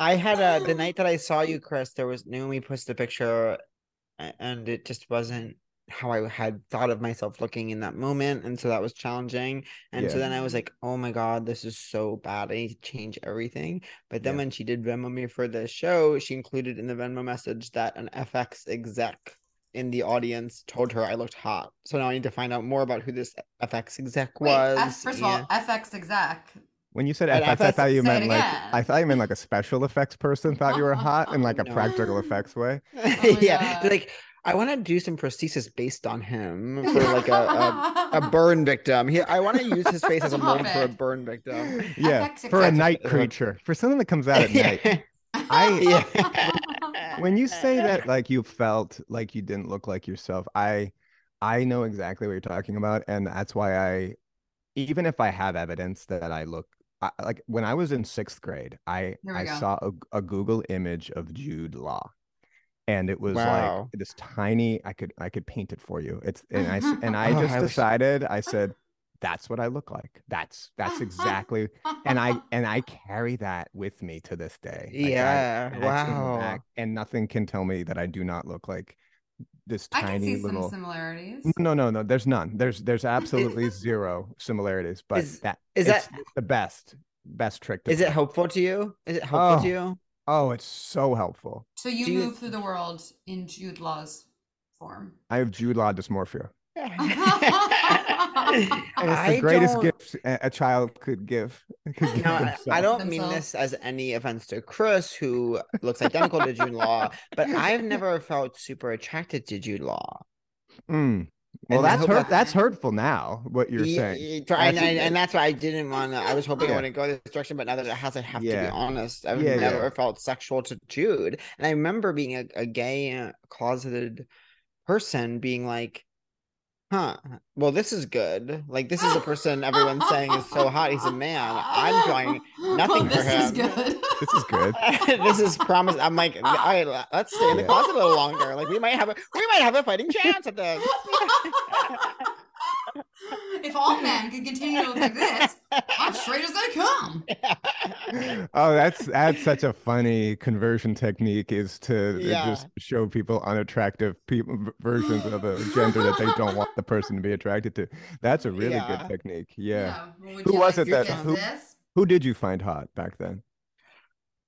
I had a the night that I saw you, Chris. There was Naomi posted a picture, a- and it just wasn't how I had thought of myself looking in that moment, and so that was challenging. And so
Yeah.
then I was like, "Oh my god, this is so bad! I need to change everything." But then
Yeah.
when she did Venmo me for the show, she included in the Venmo message that an FX exec in the audience told her I looked hot. So now I need to find out more about who this FX exec
Wait,
was.
F, first of
and-
all, FX exec.
When you said
But
FX, I
FX
thought you
say it
meant like
again.
I thought you meant like a special effects person thought you were hot in like a
No.
practical effects way.
Oh my
yeah, they're
God.
like I want to do some prosthesis based on him for like a a, a burn victim. He, I want to use his face as a mold for a
Perfect.
burn victim.
Yeah,
FX
for a
effects.
night creature, for something that comes out at night.
I-
when you
Uh,
say that like you felt like you didn't look like yourself i i know exactly what you're talking about and that's why i even if i have evidence that i look I, like when i was in sixth grade i
There we
i
go.
saw a, a google image of jude law and it was
Wow.
like this tiny i could i could paint it for you it's and i s- and i
Oh,
just
I wish-
decided i said that's what i look like that's that's exactly and i and i carry that with me to this day Like, I-
yeah.
that's in the
wow.
back, and nothing can tell me that I do not look like this
I can
tiny
see
little.
some similarities.
no, no, no. There's none. There's there's absolutely zero similarities. But
Is-
that
Is
it's
that
the best best trick? To
is it
play.
helpful to you? Is it helpful to
Oh.
you?
Oh, it's so helpful.
So you
Do you-
move through the world in Jude Law's form.
I have Jude Law dysmorphia, and it's the
I
greatest
don't-
gift a, a child could give. could give
No, I- I
themselves.
don't mean
Themselves.
this as any offense to Chris, who looks identical to Jude Law, but I've never felt super attracted to Jude Law.
Mm. Well,
And I
that's
hope
hurt.
I-
That's hurtful now. What you're
Ye-
saying.
ye- try- and,
That's-
and, and that's why I didn't want to. I was hoping I
Yeah.
wouldn't go this direction, but now that it has, I have to
Yeah.
be honest. I've
Yeah, yeah.
never felt sexual to Jude, and I remember being a, a gay uh, closeted person being like, "Huh, well, this is good. Like, this is a person everyone's saying is so hot. He's a man. Uh, I'm trying. nothing for
this Is
him.
good.
This is good.
this is promise. I'm like, all right, le- let's stay in the
Yeah.
closet a little longer. Like, we might have a we might have a fighting chance at this."
if all men could continue to look like this, I'm straight as they come.
oh that's that's such a funny conversion technique is to uh,
Yeah.
just show people unattractive people versions of a gender that they don't want the person to be attracted to that's a really
Yeah.
good technique yeah.
well, would
Who
you
was
like
it
your
that-
kids
who-
this?
who did you find hot back then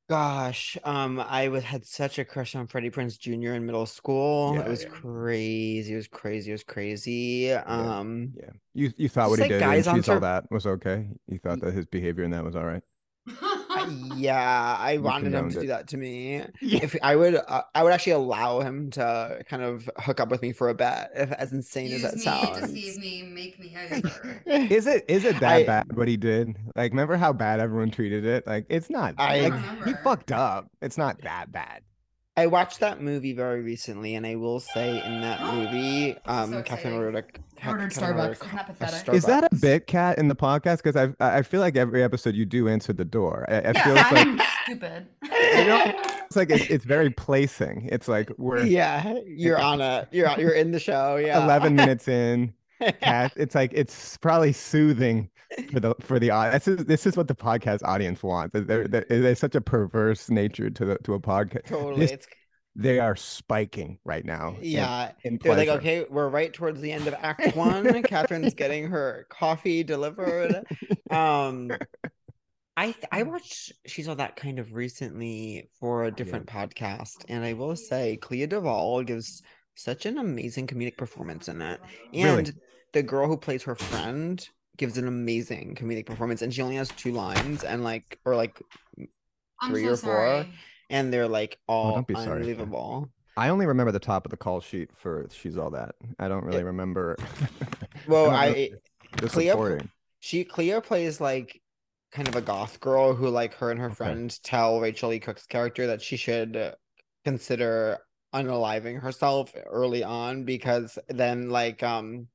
Gosh, um, I was had such a crush on Freddie Prince Jr. in middle school.
Yeah,
it was
yeah.
crazy. It was crazy. It was crazy. Um,
yeah you you thought what
Just
he
like
did
guys
and
on
she's all
sur-
that was okay you thought that his behavior in that was all right
I- yeah, I wanted him
condoned
to do
it.
that to me. If I would, uh, I would actually allow him to kind of hook up with me for a bet. If as insane as
Use
that
me,
sounds.
deceive me, make me a bird.
is it is it that
I-
bad what he did like remember how bad everyone treated it like it's not
I-
like, he
Remember.
fucked up it's not that bad
I watched that movie very recently, and I will say in that movie, um, Catherine
exciting.
ordered a
I ordered
Catherine ordered a
Starbucks. Isn't that
co- a
pathetic?
Is that a
Starbucks.
bit cat in the podcast? Because I I I feel like every episode you do answer the door. I, I feel it's like
I'm stupid.
it's like it's, it's very placing. It's like we're
Yeah, you're on a you're on- you're in the show. Yeah,
eleven minutes in. Cat, it's like it's probably soothing for the for the audience. This is this is what the podcast audience wants. There, there, there's such a perverse nature to the to a podcast.
totally.
This-
it's
They are spiking right now. in-
yeah.
in
They're like,
pleasure.
okay, we're right towards the end of Act One. Catherine's getting her coffee delivered. Um, I th-
Mm.
I watched She's All That kind of recently for a different podcast, and I will say Clea Duvall gives such an amazing comedic performance in that, and
Really?
the girl who plays her friend gives an amazing comedic performance, and she only has two lines, and like or like,
I'm
Three
so
or four.
sorry.
and they're like all
Oh, don't be sorry for her.
unbelievable.
I only remember the top of the call sheet for She's All That. I don't really remember.
Well,
don't know
I,
if the
Cleo-
supporting.
she Cleo plays like kind of a goth girl who like her and her
Okay.
friend tell Rachel Lee Cook's character that she should uh, consider unaliving herself early on because then like um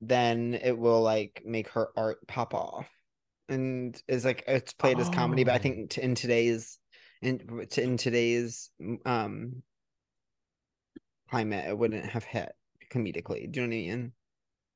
then it will like make her art pop off and is like it's played as comedy but I
Oh.
think t- in today's in t- in today's um climate it wouldn't have hit comedically do you know what I mean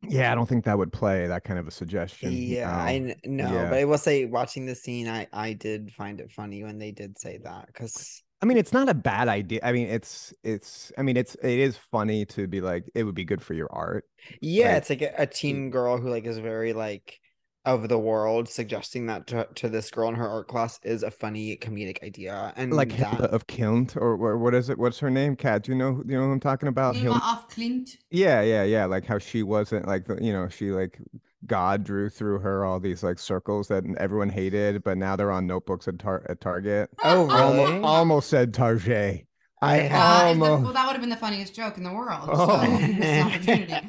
Yeah, I don't think that would play that kind of a suggestion. um,
yeah, uh, I
no.
kn- know,
Yeah.
but I will say, watching the scene, I I did find it funny when they did say that because
I mean, it's not a bad idea. I mean, it's it's. I mean, it's it is funny to be like, it would be good for your art.
yeah,
Right.
it's like a, a teen girl who like is very like of the world, suggesting that to, to this girl in her art class is a funny comedic idea, and
Like
Mm, that,
Hilda of Kilnt, or, or what is it? What's her name? Kat, do you know? who- Do you know who I'm talking
Oh,
about?
Mm,
Hilma
uh
Hilda-
off Clint.
Yeah, yeah, yeah. Like how she wasn't like the, you know she like God drew through her all these like circles that everyone hated, but now they're on notebooks at tar- at Target.
oh
Almo-
really? Oh,
Almost said Target. I
That is the- well,
Um,
almost.
that would have been the funniest joke in the world.
Oh.
So it's an opportunity.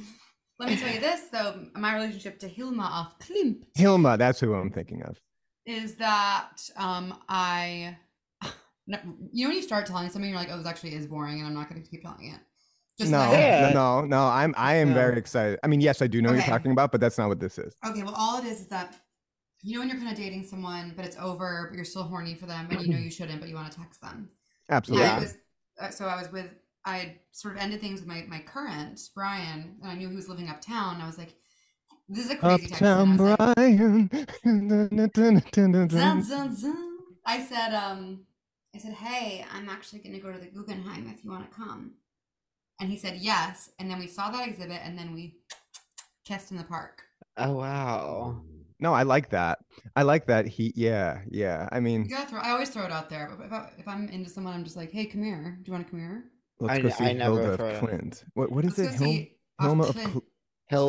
Let me tell you this though, my relationship to Hilma off Klimt
Hilma, that's who I'm thinking of.
is that um I no, you know when you start telling something, you're like, oh, this actually is boring and I'm not gonna keep telling it. Just
No,
like
Yeah.
no, no, no. I'm I am
No.
very excited. I mean, yes, I do know what
Okay.
you're talking about, but that's not what this is.
okay, well all it is is that you know when you're kind of dating someone, but it's over, but you're still horny for them and you know you shouldn't, but you want to text them.
Absolutely.
I was, uh, so I was with, I had sort of ended things with my, my current Brian, and I knew he was living uptown. And I was like, this is a crazy text. and I
Uptown
was like,
Brian.
Zun, zun, zun. I said, um, I said, hey, I'm actually going to go to the Guggenheim if you want to come. And he said yes. And then we saw that exhibit, and then we kissed in the park.
Oh wow,
No, I like that. I like that. He, yeah, yeah. I
You
mean,
gotta throw, I always throw it out there, but if, I, if I'm into someone, I'm just like, hey, come here. Do you want to come here?
let's
I-
go see
I never
Hilda
thought
of
of-
Clint. What, what is it?
go
Hil-
see
Hilma of
Clint.
Cl-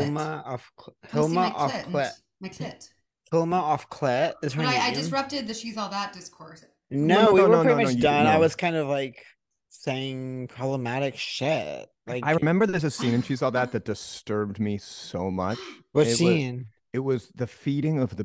Hilma off Cl-
Come Oh, see
Hilma
my
off
clit and
Clit,
sh- My clit.
Hilma off Clit is her
But I, I
name.
disrupted the she's all that discourse.
No, we were
no, no,
pretty
no, no,
much
you-
done. I
no.
was kind of like saying problematic shit. Like
I remember there's a scene and she saw that that disturbed me so much.
what
it was-
scene?
It was the feeding of the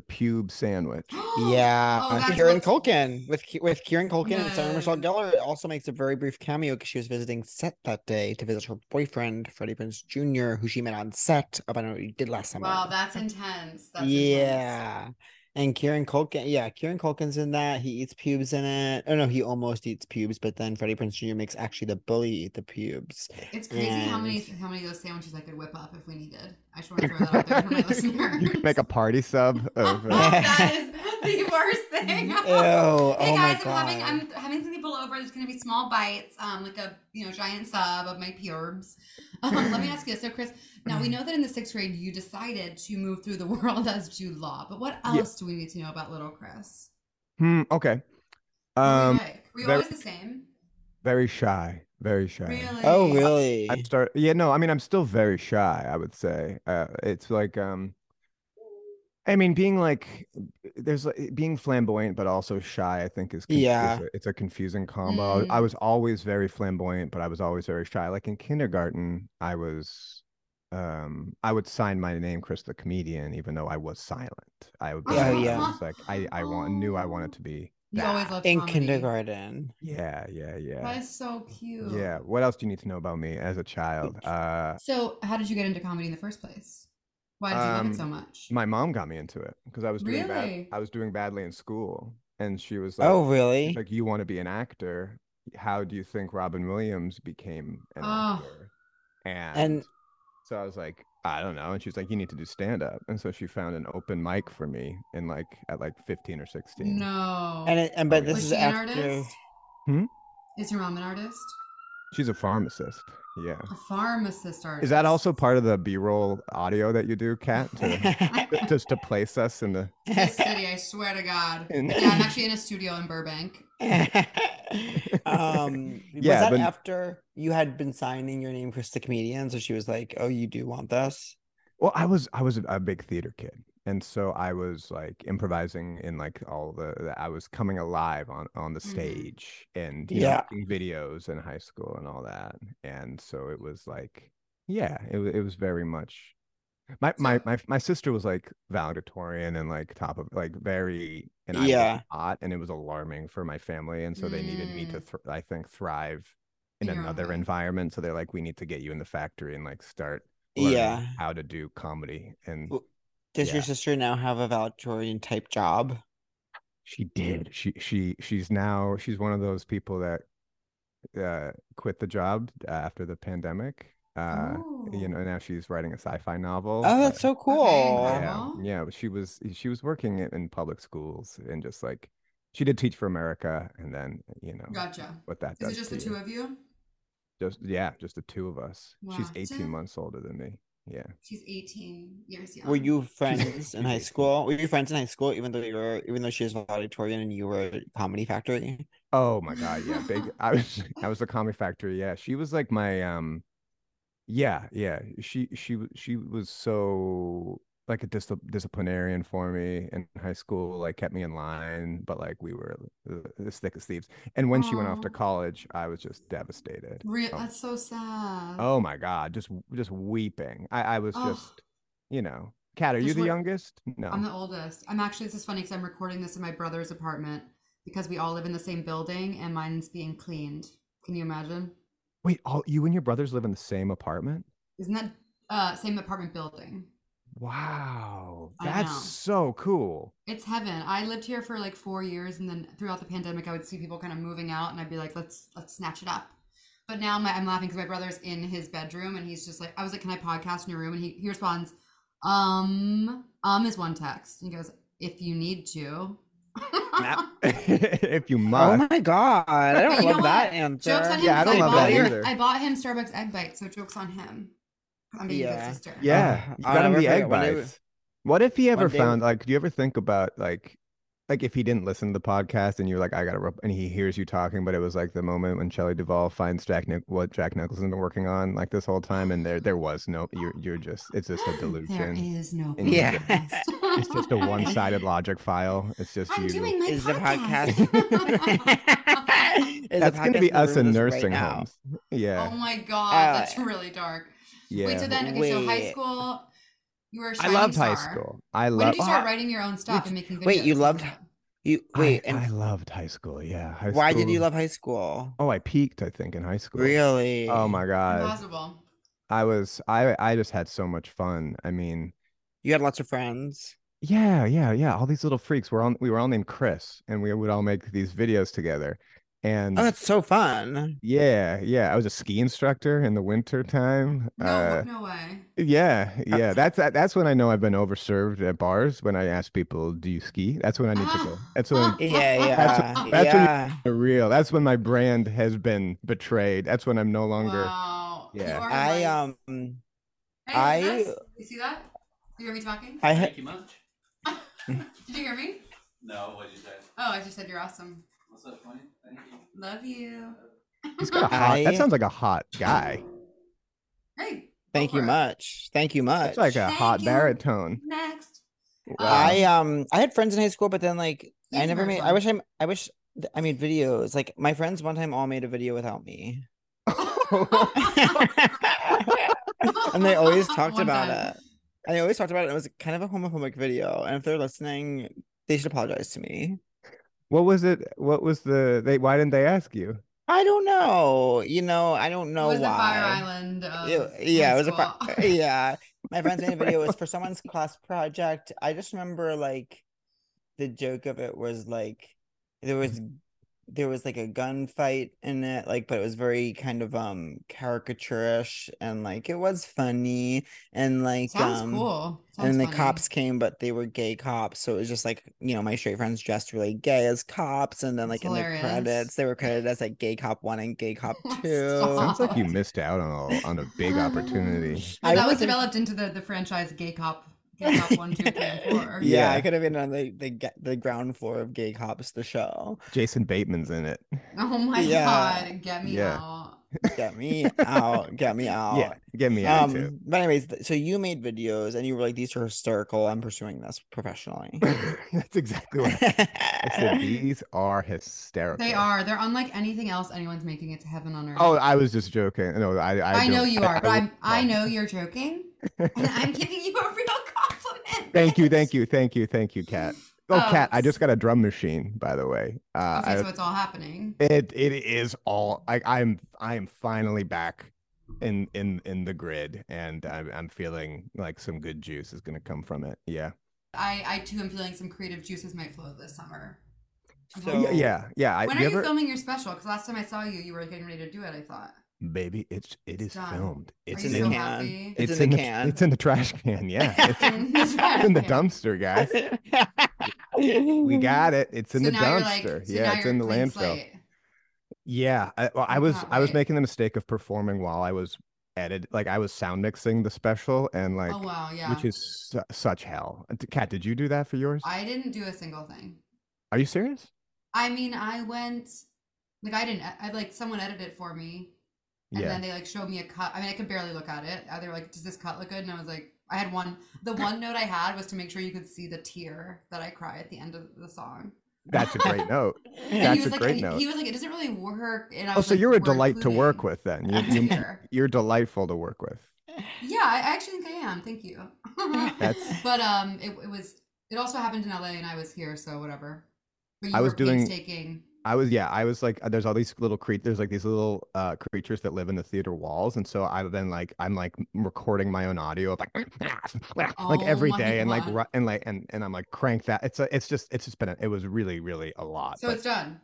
pube sandwich.
Yeah,
Oh,
uh,
that's
Kieran
what's-
Culkin with Ki- with Kieran Culkin and Sarah Michelle
No.
Gellar also makes a very brief cameo because she was visiting set that day to visit her boyfriend Freddie Prince Jr., who she met on set of I don't know what you did last summer.
Wow, that's intense. That's Intense.
yeah, and Kieran Culkin, yeah, Kieran Culkin's in that. He eats pubes in it. Oh no, he almost eats pubes, but then Freddie Prince Jr. makes actually the bully eat the pubes.
It's crazy how many
And-
how many of those sandwiches I could whip up if we needed. I just want to throw that out there for my listeners.
you could make a party sub of. Uh,
that is the worst thing.
Ew!
hey
oh my
guys, I'm
god!
having I'm having some people over. There's gonna be small bites, um, like a you know giant sub of my pubes. Um, let me ask you this. So Chris, now
Mm-hmm.
we know that in the sixth grade you decided to move through the world as Jude Law, but what
Yeah.
else do we need to know about little Chris?
hmm, okay.
What were you
Um,
like? were you
very-
always the same?
very shy. Very shy.
Really?
oh really?
I start. Yeah, no, I mean, I'm still very shy. I would say uh, it's like, um, I mean, being like, there's like, being flamboyant but also shy. I think is conf- is
Yeah.
a- it's a confusing combo. I
Mm.
was always very flamboyant, but I was always very shy. Like in kindergarten, I was, um, I would sign my name, Chris the comedian, even though I was silent. I would. be
Oh,
like- I
yeah.
was like, I, I want, knew I wanted to be.
You
that.
always loved
in
comedy.
kindergarten.
Yeah, yeah,
That
yeah,
is so cute.
yeah. What else do you need to know about me as a child? Uh.
So, how did you get into comedy in the first place? Why did you love
Um,
it so much?
My mom got me into it because I was doing bad.
Really?
I was doing badly in school, and she was like,
Oh
she's
really?
like you want to be an actor? How do you think Robin Williams became an
Oh.
actor?" And, so I was like, I don't know. And she was like, you need to do stand up. And so she found an open mic for me in like at like 15 or 16.
no.
And it, and but
yeah.
this
Was
is
she an
after.
artist?
Hmm?
Is your mom an artist?
She's a pharmacist. Yeah.
A pharmacist artist.
Is that also part of the B-roll audio that you do, Kat, to, just to place us in the?
this city? I swear to God.
In...
Yeah, I'm actually in a studio in Burbank.
um was
Yeah,
that
but-
after you had been signing your name for the comedian so she was like oh you do want this
Well, I was I was a big theater kid. and so I was like improvising in like all the, the I was coming alive on on the
Mhm.
stage and you know,
Mm-hmm. Yeah.
making videos in high school and all that, and so it was like yeah, it wa- it was very much. My, my my my sister was like valedictorian and like top of like very and I was
Yeah.
not, and it was alarming for my family and so they needed me
Mm.
to thr I think thrive in
In your own
another
way.
environment so they're like we need to get you in the factory and like start learning
Yeah.
how to do comedy and
Well, Does
Yeah.
your sister now have a valedictorian type job?
She did. She she she's now she's one of those people that uh quit the job uh, after the pandemic. Uh you
Ooh.
know, now she's writing a sci-fi novel.
Oh, that's
uh,
so cool.
incredible.
yeah.
cool.
Yeah, but she was she was working in, in public schools and just like she did Teach for America and then, you know,
Gotcha.
what that
Is
does
it just
to
the two
you.
of you?
Just yeah, just the two of us. She's
Wow.
18
Damn.
months older than me. Yeah.
She's 18 years young.
Were you friends in high
amazing.
school? Were you friends in high school, even though you were, even though she was valedictorian and you were at Comedy Factory?
Oh my God, yeah, big. I was I was the Comic Factory. Yeah, she was like my um, yeah, yeah. She she w- she was so like a dis- disciplinarian for me in high school. Like kept me in line, but like we were uh, the as thick as thieves. And when she went off to
Aw.
college, I was just devastated.
Re-
Oh.
That's so sad.
Oh my God, just just weeping. I I was
Ugh.
just, you know, Kat, are you
Just
the
what-
youngest?
I'm
No.
the oldest. I'm actually, this is funny because I'm recording this in my brother's apartment because we all live in the same building and mine's being cleaned. Can you imagine?
Wait, all you and your brothers live in the same apartment?
Isn't that uh, same apartment building?
Wow,
I
that's
know.
so cool.
It's heaven. I lived here for like four years, and then throughout the pandemic, I would see people kind of moving out, and I'd be like, "Let's let's snatch it up." But now my, I'm laughing because my brother's in his bedroom, and he's just like, "I was like, can I podcast in your room?" And he he responds, "Um, um is one text." And he goes, "If you need to."
Nah. if you
Oh
must.
my God. I don't
But you know
love that
what?
answer.
jokes on him.
Yeah, I
'cause
don't love
bought him,
that either.
I bought him Starbucks egg bites, so jokes on him. I'm being a
Yeah.
good sister.
yeah,
Ugh,
you
I'll
got him
oh, never
the egg
forget when it was-
bites. What if he ever
day-
found like? Do you ever think about like, like if he didn't listen to the podcast and you're like, I gotta, rep-, and he hears you talking, but it was like the moment when Shelley Duvall finds Jack Nich- what Jack Nicholson been working on like this whole time, and there there was no, you're you're just it's just a
There
delusion.
is no
And you
just-
podcast.
It's just a one sided logic file. It's just
I'm
you.
doing my
is the
podcast.
podcast. Is the
that's gonna
podcast
be
in the
us
room
in
with right
nursing
now?
homes. Yeah,
oh my god,
Uh,
that's really dark.
yeah.
Wait, so then okay, so high
Wait.
school, you were. A
I
shining
loved high
star.
school. I
When
love.
did you start writing your own stuff and making videos?
wait, you
and
loved-
stuff?
You wait,
I,
and
I loved high school. Yeah. High
why did you
school-
love high school?
Oh, I peaked. I think in high school.
Really?
Oh my god.
Impossible.
I was. I. I just had so much fun. I mean,
You had lots of friends.
yeah, yeah, yeah. All these little freaks. We're all. We were all named Chris, and we would all make these videos together. And
Oh, that's so fun.
yeah, yeah. I was a ski instructor in the winter time.
No,
uh,
no way.
Yeah,
Uh,
yeah. That's that, that's when I know I've been overserved at bars when I ask people, "Do you ski?" That's when I need to go. That's when
Ah.
Yeah, yeah,
That's-
yeah.
that's when you- the real. That's when my brand has been betrayed. That's when I'm no longer.
Wow. You
Yeah.
are
I um,
like- Hey, you
I-
guys, You see that? You hear me talking?
I had
Thank you much.
Did you hear me?
No, what'd you say?
Oh, I just said you're awesome.
What's up, funny? Thank you.
Love you.
He's got a hot. That
I-
sounds like a hot guy.
Hey.
thank you
for it.
much. Thank you much.
It's like a
Thank
hot
you.
baritone.
Next.
I um I had friends in high school, but then like I
That's
never
very
made. I
fun.
wish I I wish th- I made videos. Like my friends one time all made a video without me, and they always talked
One
about
time.
it. And they always talked about it. It was kind of a homophobic video, and if they're listening, they should apologize to me.
What was it? What was the? They why didn't they ask you?
I don't know. You know, I don't know
it was the Fire
why.
Island. Of
It- yeah,
high
it was a
school.
fi- yeah. My friends made a video. It was for someone's class project. I just remember like the joke of it was like there was there was like a gunfight in it, like but it was very kind of um caricaturish and like it was funny and like
Sounds
um
cool.
and
Sounds
the
funny.
cops came, but they were gay cops. So it was just like, you know, my straight friends dressed really gay as cops. And then,
That's
like, in the
hilarious.
credits, they were credited as like gay cop one and gay cop
Stop.
two.
Sounds like you missed out on a, on a
Oh.
big opportunity.
No,
I
that was
wasn't-
developed into the the franchise Gay Cop. Gay Cop one, two, three, and four.
Yeah, I
Yeah.
could have been on the, the ga- the ground floor of Gay Cops, the show.
Jason Bateman's in it.
Oh my
Yeah.
god, get me
Yeah.
out.
Get me out. Get me out.
yeah, get me out too.
Oh. Um, but anyways, th- so you made videos and you were like, these are hysterical. I'm pursuing this professionally.
That's exactly what I, I said. These are hysterical.
They are. They're unlike anything else anyone's making. It's heaven on earth.
Oh, I was just joking. No, I. I,
I, know
don't-
you are, but
I-
I'm, I know you're joking, and I'm giving you a real compliment.
Thank you, thank you, thank you, thank you, Kat. Oh,
Um,
Kat, I just got a drum machine, by the way. Uh,
Okay,
I-
so it's all happening.
it it is all. I, I'm I am finally back in in in the grid, and I'm I'm feeling like some good juice is gonna come from it. Yeah.
I, I too am feeling some creative juices might flow this summer.
So
Yeah, yeah, yeah. I,
when
you
are you
ever-
filming your special? Because last time I saw you, you were getting ready to do it. I thought.
baby, it's it
It's
is
done.
filmed. It's
you
in,
so
the-
happy?
It's, in the can.
It's in the trash can. Yeah, it's,
In the
it's in the
trash can.
dumpster, guys. We got it. It's in
So
the
now you're like-
dumpster.
so now
yeah, it's
you're
in the
clean
landfill.
slate.
Yeah, I, well, I
You
was
can't
I was
wait.
making the mistake of performing while I was edit, like I was sound mixing the special, and like
oh wow, yeah.
which is su- such hell. Uh, D- Kat, did you do that for yours?
I didn't do a single thing.
Are you serious?
I mean, I went like I didn't. I like someone edited it for me, and
Yeah,
then they like showed me a cut. I mean, I could barely look at it. Uh, They were like, "Does this cut look good?" And I was like, "I had one. The one note I had was to make sure you could see the tear that I cry at the end of the song."
that's a great note.
And
That's
he was
a
like,
great
he,
note.
he was like, "It doesn't really work." And I
Oh,
was
so
like,
you're
"We're
a delight to work
including
with then.
a
You, you,
tear."
you're delightful to work with.
Yeah, I I actually think I am. Thank you.
That's-
but um, it, it was. It also happened in LA, and I was here, so whatever. But you
I was
were
doing-
taking.
I was yeah, I was like uh, there's all these little cre there's like these little uh creatures that live in the theater walls and so I've been like I'm like recording my own audio of like like
Oh
every
my
day and like
God.
ru- and like and and I'm like crank that it's a, it's just it's just been a, it was really really a lot
So
but
it's done.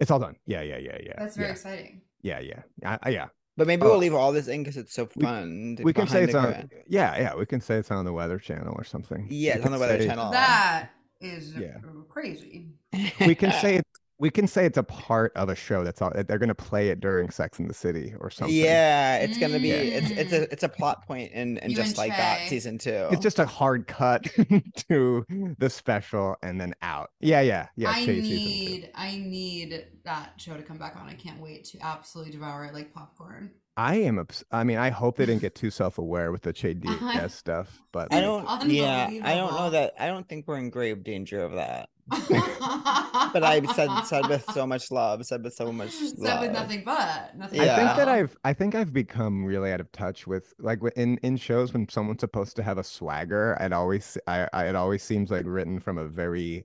it's all done yeah yeah yeah yeah
That's very exciting.
yeah yeah yeah I, I- yeah
but maybe
Oh.
we'll leave all this in because it's so
We-
fun. to-
we can say
behind
it's
the
on
curtain.
yeah yeah we can say it's on the weather channel or something We
Yeah, it's on
can
the Weather
say-
Channel.
That is
Yeah.
crazy.
we can say it's we can say it's a part of a show that's all they're gonna play it during Sex in the City or something
Yeah, it's gonna be it's it's
Mm.
a it's a plot point and and
You
just
and
like that
Trey.
season two.
It's just a hard cut to the special and then out. Yeah, yeah, yeah.
I
Chase season two.
need I need that show to come back on. I can't wait to absolutely devour it like popcorn.
I am. Obs- I mean, I hope they didn't get too self-aware with the Che Diaz stuff, but
I
like,
don't yeah, I don't know
unbelievable.
that I don't think we're in grave danger of that.
but
But I've said said with so much love, said with so much love.
said with nothing but nothing.
I
yeah.
think that
but.
I've. I think I've become really out of touch with like wh- in in shows when someone's supposed to have a swagger. It always. I. I it always seems like written from a very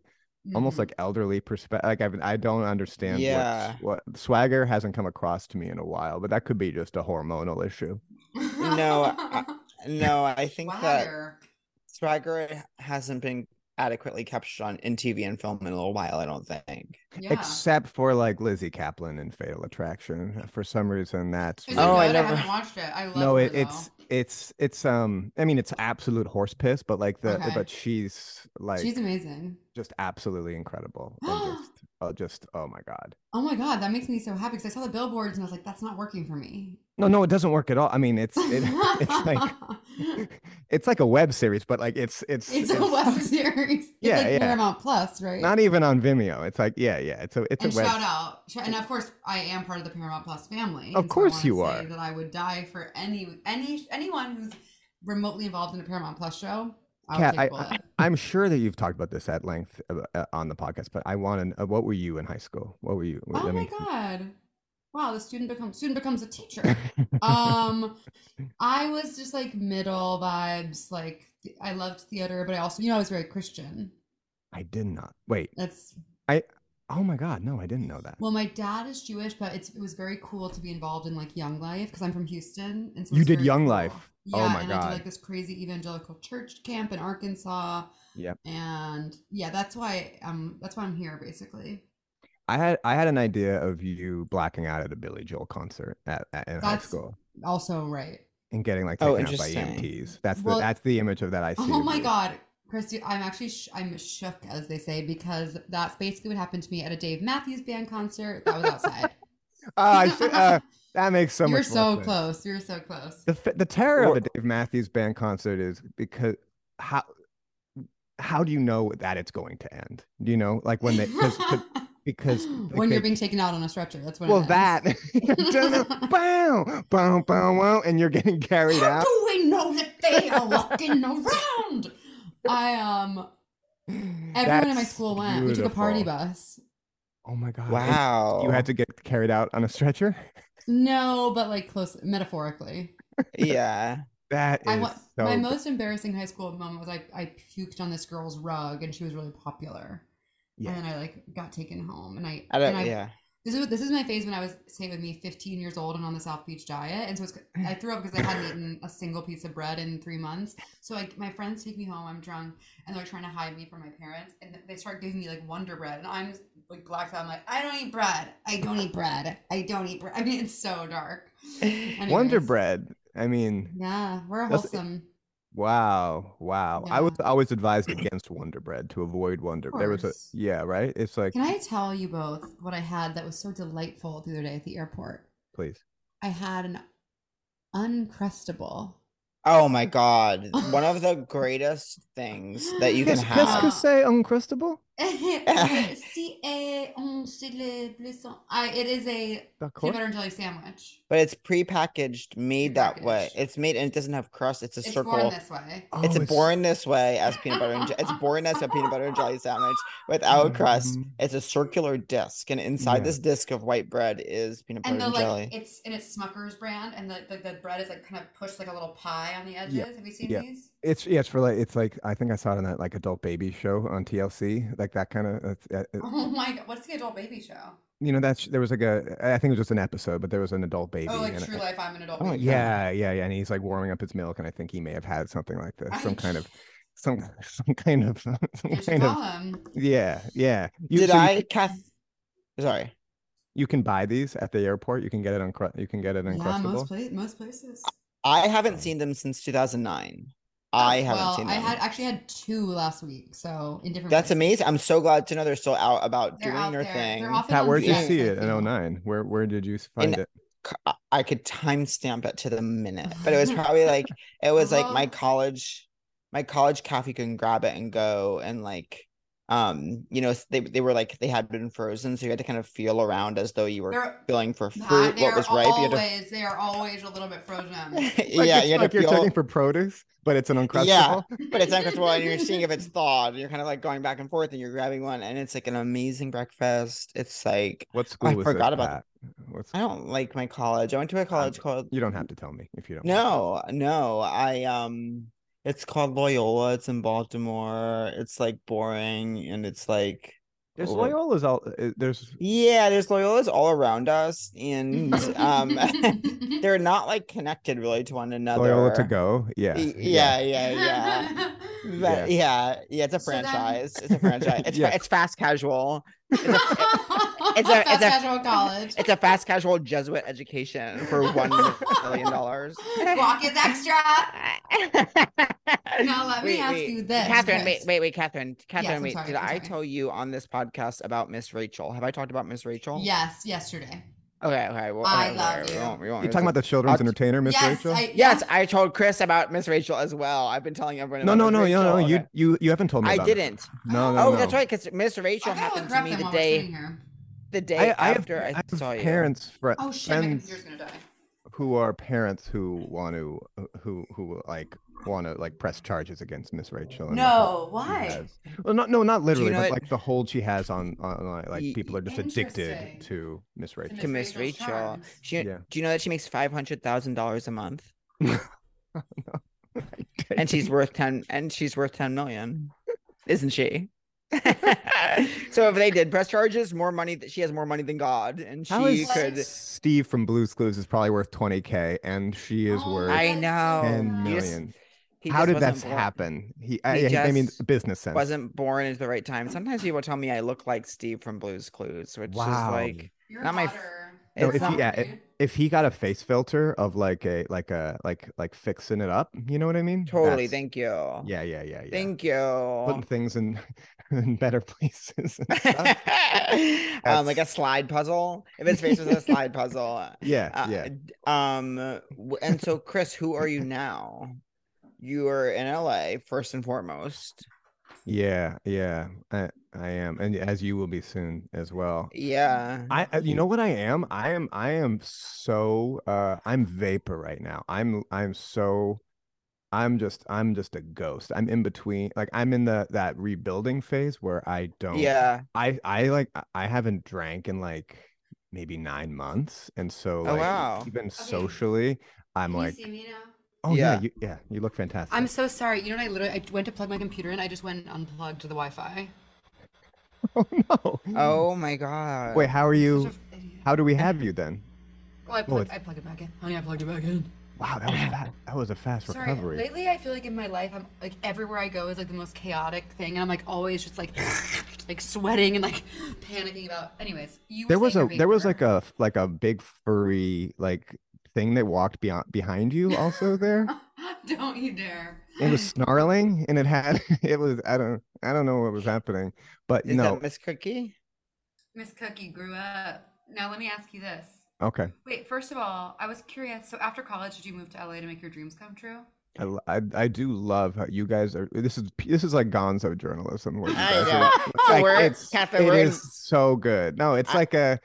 almost
Mhm.
like elderly perspective. Like I've. I don't understand.
Yeah.
What, what swagger hasn't come across to me in a while, but that could be just a hormonal issue.
No, I- No, I think that
Swagger.
swagger hasn't been adequately captured on in TV and film in a little while. I don't think.
Yeah.
except for like Lizzie Kaplan and Fatal Attraction. For some reason, that's
Is it
really-
Oh, I
good?
never-
haven't watched it. I love
no,
her,
it, it's
though.
it's it's um. I mean, it's absolute horse piss, but like the
Okay.
but she's like
she's amazing.
just absolutely incredible. and just, oh, just oh my god.
Oh my god, that makes me so happy because I saw the billboards and I was like, that's not working for me.
No, no, it doesn't work at all. I mean, it's it, it's like it's like a web series, but like it's it's
it's a web series.
Yeah,
it's like
yeah.
Paramount Plus, right?
not even on Vimeo. It's like yeah, yeah. It's a it's
and
a web.
shout out, sh- and of course, I am part of the Paramount Plus family. and so I
course
wanna
you
say
are.
That I would die for any any anyone who's remotely involved in a Paramount Plus show. I would
Kat,
take
I-
a bullet.
I'm sure that you've talked about this at length uh, uh, on the podcast, but I want to. know what were you in high school? What were you?
oh
I
my
mean,
god! Wow, the student becomes student becomes a teacher. um, I was just like middle vibes. Like th- I loved theater, but I also, you know, I was very Christian.
I did not. Wait.
That's
Oh my God. No, I didn't know that.
well, my dad is Jewish, but it's, it was very cool to be involved in like Young Life because I'm from Houston. And so
You
it's
did
very
Young
cool.
Life?
Yeah,
Oh my
and I
God.
did like this crazy evangelical church camp in Arkansas.
Yep.
And yeah, that's why um that's why I'm here basically.
I had I had an idea of you blacking out at a Billy Joel concert at, at in high
That's-
school
Also, right.
and getting like
Oh,
taken out by
interesting.
EMTs. That's
Well-
the that's the image of that I see.
Oh
of
my
you.
God, Christy, I'm actually sh- I'm shook, as they say, because that's basically what happened to me at a Dave Matthews Band concert that was outside.
Oh, I see- uh, that makes so
You're
much. more
so
sense.
close. You're so close.
The f- the terror
Or-
of a Dave Matthews Band concert is because how how do you know that it's going to end? Do you know like when they because because
when
okay,
you're being taken out on a stretcher. That's what.
well
it is.
that Dun- bow, bow, bow, wow, and you're getting carried
How
out.
do we know that they are walking around? I um. Everyone in my
That's
school went. We took a party
beautiful.
bus.
Oh my god! and
Wow.
You had to get carried out on a stretcher.
No, but like close metaphorically.
Yeah.
That is
I wa-
so.
my most embarrassing high school moment was I I puked on this girl's rug and she was really popular.
Yeah.
And then I like got taken home and I
I don't.
and I,
yeah.
This is this is my phase when I was say with me 15 years old and on the South Beach diet, and so it's, I threw up because I hadn't eaten a single piece of bread in three months. So like my friends take me home, I'm drunk, and they're trying to hide me from my parents, and they start giving me like Wonder Bread, and I'm just, like blacked out. I'm like, I don't eat bread, I don't eat bread, I don't eat bread. I mean, it's so dark.
Wonder
Anyways.
Bread. I mean,
Yeah, we're
That's-
wholesome.
wow, wow. I was always advised against Wonder Bread to avoid Wonder. There was a
course.
yeah, right. It's like
Can I tell you both what I had that was so delightful the other day at the airport?
please.
I had an uncrustable.
Oh my god. One of the greatest things that you can
Qu'est-ce qu'est-ce que
have.
have-
c'est uncrustable?
C A on se le blessant. I it is a
D'accord.
peanut butter and jelly sandwich.
But it's prepackaged, made that way.
Prepackaged.
It's made and it doesn't have crust. It's a
It's
circle.
born this way.
Oh,
It's born this way as peanut butter and j- it's born as a peanut butter and jelly sandwich without crust.
Mhm.
It's a circular disc, and inside
Yeah.
this disc of white bread is peanut butter
And
and,
the
jelly.
like it's and it's Smucker's brand and the, the, the bread is like kind of pushed like a little pie on the edges. Have you seen
Yeah.
these?
It's yeah, it's for like it's like I think I saw it on that like adult baby show on TLC, like that kind of. Uh, uh,
Oh my god, what's the adult baby show?
you know, that's there was like a I think it was just an episode, but there was an adult baby.
Oh like
and
True
I-
Life, I'm an adult
Oh
baby.
yeah, yeah, yeah. And he's like warming up his milk, and I think he may have had something like this, some kind of, some, some kind of, some
You should
kind of.
call him.
Yeah, yeah. You,
Did
so you
I,
can-
Kath? Sorry.
You can buy these at the airport. You can get it on. You can get it on
Yeah, most
Uncrustable.
pla- most places.
I haven't
Um,
seen them since 2009. I haven't
Oh, Um, well,
seen
I
them.
had actually had two last week, so in different.
That's
places.
amazing. I'm so glad to know they're still out about
They're
doing
out
their
there. They're
thing.
often
Pat,
on
where would you
Jack's,
see
I
it in
feel.
09? Where Where did you find it?
c- I- I could timestamp it to the minute, but it was probably like it was like my
Uh-huh.
college, my college cafe can grab it and go and like, um, you know, s- they they were like they had been frozen, so you had to kind of feel around as though you were
They're-
feeling for
Nah,
fruit,
they're
what was ripe. You had
always, they are always a little bit frozen.
to,
Like,
yeah,
it's
you had
like
to
you're
feel,
checking for produce, but it's an Uncrustable.
but it's uncomfortable, and you're seeing if it's thawed. You're kind of like going back and forth, and you're grabbing one, and it's like an amazing breakfast. It's like
What school was this
forgot about-
at? What
I
school-
don't like my college. I went to
Um,
a college called
You don't have to tell me if you don't. want to.
No, no. I um it's called Loyola. It's in Baltimore. It's like boring and it's like
There's
Oh.
Loyola's all. uh, There's
yeah, there's Loyolas all around us and um they're not like connected really to one another.
Loyola to go. Yeah.
Y- Yeah, yeah, yeah. But yeah, yeah, it's a
So then-
franchise. It's a franchise. It's fa-
Yeah.
it's fast casual.
It's a,
it's a-
fast casual college.
It's a fast casual Jesuit education for one million dollars.
Guac is extra. Now let me
Wait,
ask
wait.
you this,
Catherine. Wait,
Chris.
wait, wait, Catherine. Catherine,
I'm
wait.
sorry,
Did
I'm
I
sorry.
tell you on this podcast about Miss Rachel? Have I talked about Miss Rachel?
Yes, yesterday.
Okay. Okay. Well,
I
okay,
love
okay,
you.
We won't, we won't
You're talking about the children's
I'll-
entertainer, Miss
yes,
Rachel.
I,
Yes, I told Chris about Miss Rachel as well. I've been telling everyone.
No,
about
no,
Miss
no,
Rachel.
no, no. You,
Okay.
you, you haven't told me.
I
about it.
didn't.
No, no,
Oh,
no.
that's right. Because Miss Rachel
I gotta
happened
look
to
up
me
them
the
while we're
day,
sitting here.
the day
I, I have,
after I,
I have
saw you.
parents, fri-
Oh shit, my
friends
computer's gonna die.
who are parents who want to, who, who like want to like press charges against Miss Rachel. and the
No,
hold she
why?
has. Well, not, no, not literally,
know
but
it-
like the hold she has on, on, on, like
Y-
people are just addicted
Interesting.
to Miss Rachel.
to Miss Rachel.
charms.
She,
Yeah.
Do you know that she makes five hundred thousand dollars a month,
I
and she's worth ten, and she's worth ten million, isn't she? so if they did press charges, more money that she has more money than God, and
How
she
is
could.
Steve from Blue's Clues is probably worth 20k, and she is
Oh,
worth
I
that's so
know.
10
sad.
You just-
million.
he
How
just
did that
wasn't born-
happen? He, I,
He
I mean,
just
business sense.
Wasn't born into the right time. Sometimes people tell me I look like Steve from Blue's Clues, which
Wow.
is like
Your
Not my f-
daughter.
No,
it's
if
not-
he, yeah, it- if he got a face filter of like a like a like like fixing it up, you know what I mean?
totally.
That's-
Thank you.
Yeah, yeah, yeah, yeah.
Thank
Putting
you.
things in in better places. and stuff.
um, like a
That's-
slide puzzle. If his face was a slide puzzle,
yeah,
Uh,
yeah.
d- Um, w- and so, Chris, who are you now? You are in LA first and foremost.
Yeah, yeah, I, I am, and as you will be soon as well.
Yeah.
I, I- you know what I am? I am, I am so, uh, I'm vapor right now. I'm, I'm so, I'm just, I'm just a ghost. I'm in between, like I'm in the that rebuilding phase where I don't,
Yeah.
I, I like, I- I haven't drank in like maybe nine months, and so,
Oh,
like,
wow.
even socially, I'm
Can
like,
you see me now?
oh yeah,
Yeah.
you, yeah, you look fantastic.
I'm so sorry. You know what? I literally I went to plug my computer in. I just went and unplugged the Wi-Fi.
oh no.
Oh my god.
Wait, how are you?
uh, Such a idiot.
How do we have you then?
Oh, I
well,
plugged, I plugged it back in. Honey, I plugged it back in.
Wow, that was fast. That was a fast
Sorry.
recovery.
Lately, I feel like in my life, I'm like everywhere I go is like the most chaotic thing, and I'm like always just like like sweating and like panicking about. Anyways, you. Were
there was
saying
a
your
there was like
vapor.
a like a big furry like thing that walked beyond behind you also there.
Don't you dare.
It was snarling and it had it was I don't I don't know what was happening, but
Is
no.
that Miss Cookie?
Miss Cookie grew up. Now let me ask you this.
Okay.
Wait, first of all, I was curious. So after college, did you move to LA to make your dreams come true?
I, l- I, I do love how you guys are this is p- this is like gonzo journalism what you
I
guys
know.
are
It's a
like,
word,
it's,
Kathy,
it
we're in-
is so good no it's
I-
like a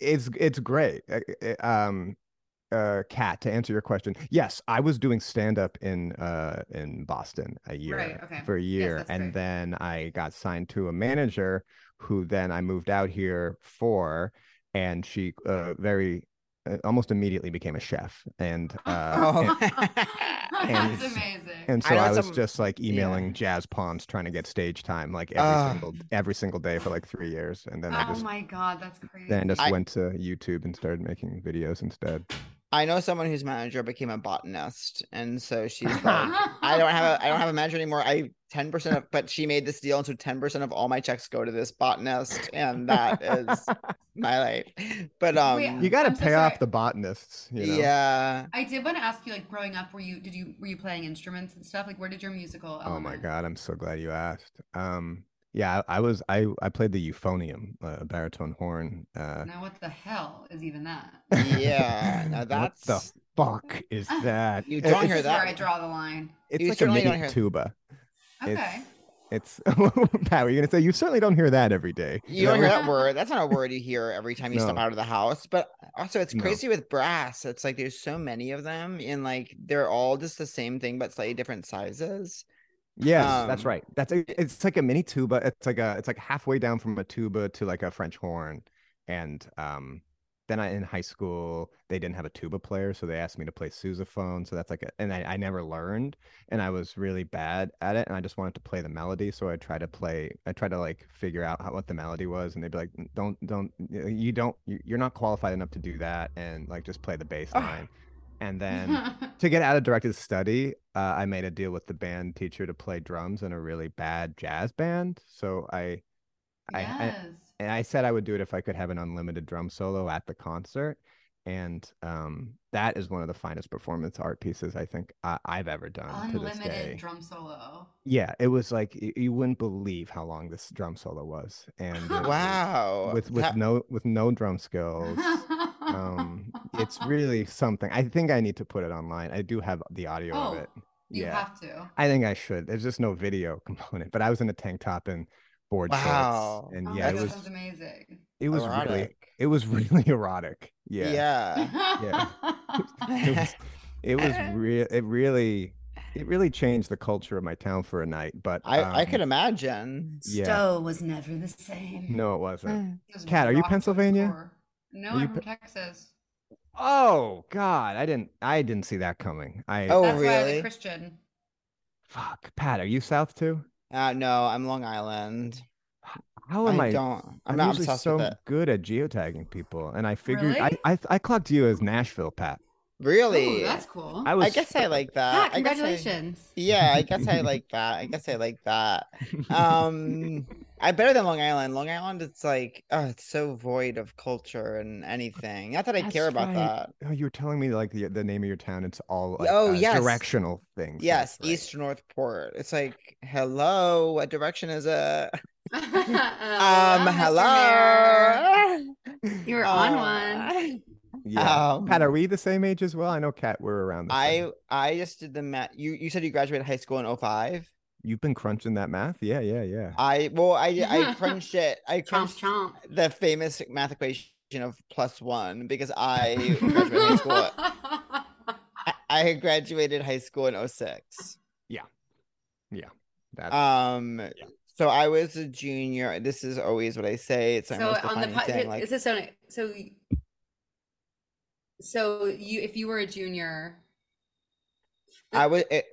it's it's great Uh, uh, um uh cat to answer your question yes i was doing stand up in uh in boston a year
Right, okay.
for a year
that's
and
great.
then i got signed to a manager who then i moved out here for and she uh very uh, almost immediately became a chef and uh and-
Oh.
That's
and-
amazing.
and
I
so
know
I, was
some-
just like
yeah.
emailing jazz Palms trying to get stage time like every
Ah.
single every single day for like three years, and then I
oh
just
my god, that's crazy.
then I just
I-
went to YouTube and started making videos instead.
I know someone whose manager became a botanist, and so she's like, I don't have a I don't have a manager anymore. I ten percent of but she made this deal, and so ten percent of all my checks go to this botanist, and that is my life. But um,
Wait,
You got to
I'm so
pay
sorry.
off the botanists, you know?
yeah,
I did want to ask you, like, growing up, were you did you were you playing instruments and stuff? Like, where did your musical?
Oh my
element-
god, I'm so glad you asked. Um, yeah, I, I was I I played the euphonium, uh, a baritone horn. Uh,
Now what the hell is even that?
yeah. Now
What the
that's
fuck is that?
Ah, You
It's-
don't
This
hear
is where
that
I
one.
draw the line.
It's
you
like a
certainly don't
mini
hear-
tuba.
Okay.
It's Pat, were you gonna say you certainly don't hear that every day? Is
you
that
don't
what-
hear
what-
that word. That's not a word you hear every time you step
No.
out of the house. But also, it's
No.
crazy with brass. It's like there's so many of them, and like they're all just the same thing but slightly different sizes.
Yes, that's
Um,
right. That's a, it's like a mini tuba. It's like a it's like halfway down from a tuba to like a French horn. And um then I in high school they didn't have a tuba player, so they asked me to play sousaphone. So that's like a, and I, I never learned and I was really bad at it and I just wanted to play the melody. So I tried to play I tried to like figure out how, what the melody was and they'd be like, "N- Don't don't y- you don't you- you're not qualified enough to do that and like just play the bass
Ah.
line. And then to get out of directed study, uh, I made a deal with the band teacher to play drums in a really bad jazz band. So I I- I-
yes.
and I said I would do it if I could have an unlimited drum solo at the concert, and um, that is one of the finest performance art pieces I think I, I've ever done um, to this day.
Unlimited drum solo.
yeah, it was like y- you wouldn't believe how long this drum solo was, and it was
Wow.
with with
That-
no with no drum skills um it's really something i think i need to put it online i do have the audio
Oh,
of it
You
yeah
have to. Oh
i think i should there's just no video component but i was in a tank top and board
Wow.
shorts and
Oh
yeah
my
it
God,
that's-
was
sounds amazing.
it was really
erotic.
it was really erotic yeah,
yeah.
It was, it was real it really it really changed the culture of my town for a night but
I, I could
um,
imagine.
yeah.
Stowe was never the same.
no it
mm.
wasn't
It was
Kat, are you
rocked to its
Pennsylvania?
core. No,
Are you
I'm from
Pe-
Texas.
oh god i didn't i didn't see that coming i
Oh,
That's why I was
really?
a Christian.
fuck pat are you south too
Uh, no, I'm Long Island.
how
I,
Oh, am i
don't. I'm,
I'm,
not
usually
obsessed
so
with it.
good at geotagging people, and I figured I,
Really?
I th- I clocked you as Nashville, Pat.
Really?
Ooh, that's cool.
I was.
I guess I like that.
yeah,
I guess I-
congratulations.
yeah, I guess I like that. I guess I like that. Um, I better than Long Island. Long Island, it's like, oh, it's so void of culture and anything. Not that I care
That's
about
right.
that.
Oh, you were telling me like the, the name of your town. It's all like,
Oh,
uh,
yes.
directional things.
Yes,
that's right.
East Northport. It's like, hello, what direction is it?
um,
Um, hello.
You were on
Uh,
one.
Yeah.
Um,
Pat, are we the same age as well? I know Kat. We're around. The same.
I I just did the math. You you said you graduated high school in 05?
You've been crunching that math? Yeah, yeah, yeah.
I well, I I crunched it. I
Chomp
crunched
chomp.
the famous math equation of plus one because I graduated high school. I, I graduated high school in 06.
That
Um, so I was a junior. This is always what I say. It's my
So
most
on the
defining
po-
thing.
here-
Like,
this is so so so you if you were a junior
I was. It,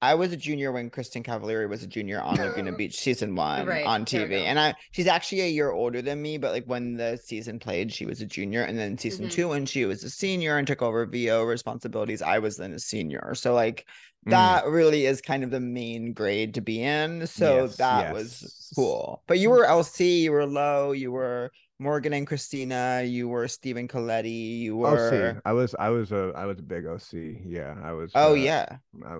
I was a junior when Kristen Cavallari was a junior on Laguna Beach season one
Right,
on
there we
TV,
go.
and I she's actually a year older than me. But like when the season played, she was a junior, and then season
Mhm.
two, when she was a senior and took over VO responsibilities, I was then a senior. So like
Mm.
that really is kind of the main grade to be in. So
Yes,
that
yes. Mm.
was cool. But you were LC, you were Low, you were Morgan and Christina, you were Stephen Coletti, you
OC.
were.
I was I was a I was a big OC. Yeah, I was.
Oh
uh,
yeah.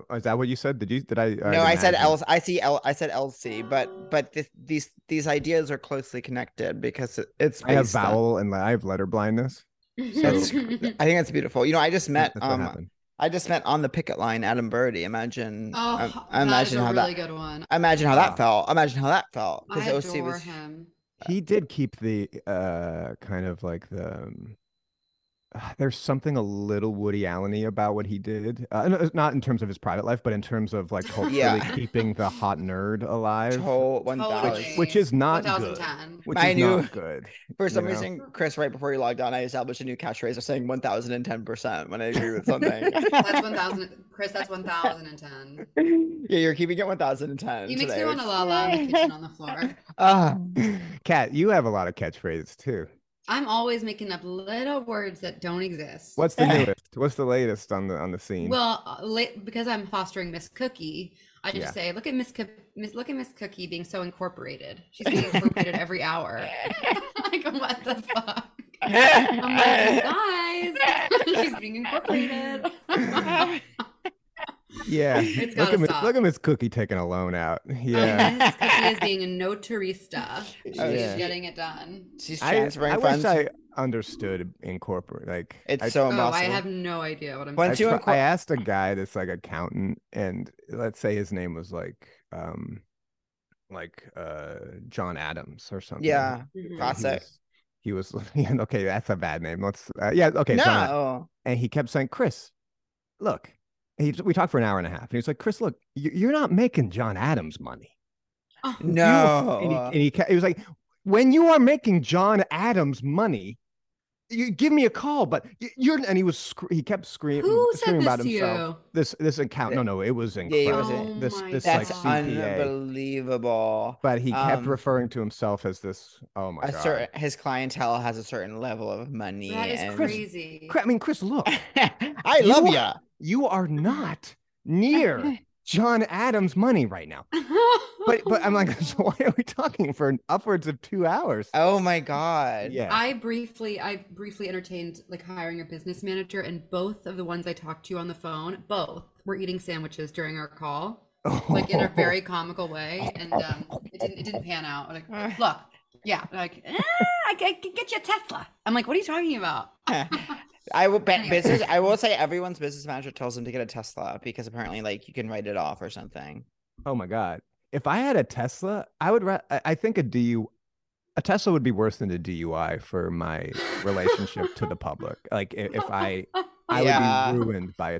I- is that what you said? Did you? Did I?
No, I said
L.
L. I see L. I said LC, but but this, these these ideas are closely connected because it, it's.
I have
based on-
vowel and I have letter blindness.
That's-
Oh,
I think that's beautiful. You know, I just met
That's what
um,
happened.
I just met on the picket line Adam Birdie. Imagine, um,
Oh, that is
imagine
a
how
really
that,
good one.
imagine how that
Wow.
felt. Imagine how that felt
I
because OC
adore
was.
him.
He did keep the uh kind of like the. um, ah, There's something a little Woody Allen-y about what he did. Uh, no, not in terms of his private life, but in terms of like culturally
Yeah.
keeping the hot nerd alive,
Total one
which
thousand.
Totally.
which is not good.
2010.
Which
I
is
knew-
not good.
For some
you know?
reason, Chris, right before you logged on, I established a new catchphrase of saying one thousand and ten percent when I agree with something.
That's 1000. Chris, that's 1010.
yeah, you're keeping it one thousand and ten.
He makes
today,
me want
which-
to la la in the kitchen on the floor.
Ah.
Kat, you have a lot of catchphrases too.
I'm always making up little words that don't exist.
What's the newest? What's the latest on the on the scene?
Well, uh, la- because I'm fostering Miss Cookie, I just
Yeah.
say, look at Miss, Cook Miss, look at Miss Cookie being so incorporated. She's being incorporated every hour. like, what the fuck? I'm like, guys, she's being incorporated.
yeah,
It's
look
gotta
at Miss,
stop.
look at Miss Cookie taking a loan out. Yeah,
Miss Cookie is being a
Oh,
notarista. She's
yeah.
getting it done.
She's
I,
transferring
I wish
funds.
I understood incorporate. Like
it's
I,
so
Oh,
impossible.
I have no idea what I'm
I,
Once
saying.
you
tr-
incor-
I asked a guy that's like accountant, and let's say his name was like um like uh John Adams or something.
yeah.
and he
classic.
was- He was, yeah, okay. That's a bad name. Let's, uh, yeah, okay. John Ad-
no.
and he kept saying, "Chris, look." He, we talked for an hour and a half, and he was like, "Chris, look, you, you're not making John Adams money."
Oh,
You- and he,
No.
and he, ca- he was like, "When you are making John Adams money, you give me a call." But y- you're, and he was scr- he kept screaming,
Who said
screaming
this
about
to you?
himself. This this account, no, no, it was
he
incredible.
was
oh
this-
my
this, like,
That's
God.
CPA.
unbelievable.
but he kept
Um,
referring to himself as this. Oh my
A
god!
certain his clientele has a certain level of money.
That is
and-
crazy.
Cra- I mean, Chris, look,
I
You
love
are-
ya.
you are not near John Adams money right now. But but I'm like, so why are we talking for an- upwards of two hours?
Oh my god.
yeah.
I briefly, I briefly entertained like hiring a business manager, and both of the ones I talked to on the phone, both were eating sandwiches during our call, like in a very comical way, and um, it didn't, it didn't pan out. Like, look, yeah, like "Ah, I can I can get you a Tesla. I'm like, what are you talking about?
I will bet
Anyway.
business. I will say everyone's business manager tells them to get a Tesla because apparently, like, you can write it off or something.
oh my god. If I had a Tesla, I would. Ra- I I think a DU, a Tesla would be worse than a DUI for my relationship to the public. Like i- if I, I
Yeah.
would be ruined by a oh,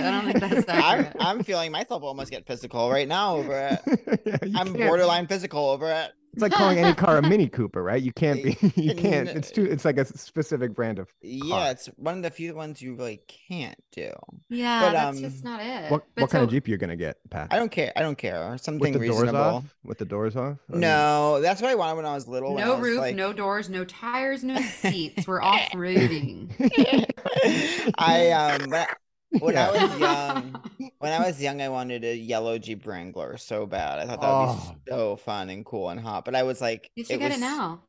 Oh, um, Eh,
Oh,
um, When I
Yeah.
was young, when I was young, I wanted a yellow Jeep Wrangler so bad. I thought that would
Oh.
be so fun and cool and hot. But I was like,
You should get
was-
it now.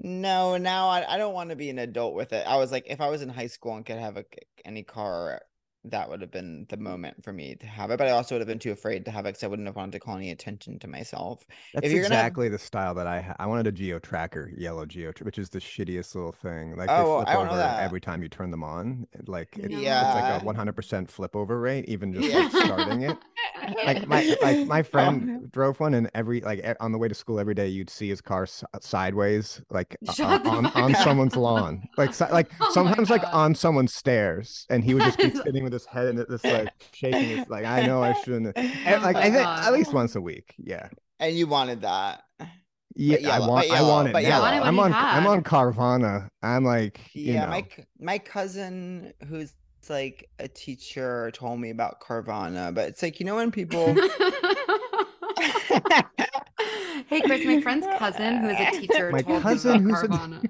No, now I, I don't want to be an adult with it. I was like, if I was in high school and could have a, any car, that would have been the moment for me to have it. But I also would have been too afraid to have it because I wouldn't have wanted to call any attention to myself.
That's
you're gonna have-
exactly the style that I ha- I wanted a Geo Tracker, yellow Geo, Tr- which is the shittiest little thing. Like
Oh, well,
they
I
flip
don't know
over
that.
every time you turn them on. It- Like it- it's
Yeah.
like a 100% flip over rate, even just
Yeah.
like starting it. Like my like my
Oh.
friend drove one, and every like e- on the way to school every day you'd see his car s- sideways, like uh,
Shut the
on
fuck
on
up.
someone's lawn, like si- like
Oh my
sometimes like
God.
on someone's stairs, and he would just be
That is-
sitting with his head and just like shaking. His, like I know I shouldn't.
Oh
And, Eh, like
my
I think
God.
at least once a week, yeah.
And you wanted that.
Yeah,
yellow-
I want.
but
I want
yellow-
it
but
now.
yellow.
I wanted what
I'm
he
on. I'm
had.
on Carvana. I'm like, you
Yeah,
know,
my c- my cousin who's like a teacher told me about Carvana, but it's like you know when people
hey, Chris, my friend's cousin, who is a teacher,
My
told me
cousin who's a-
about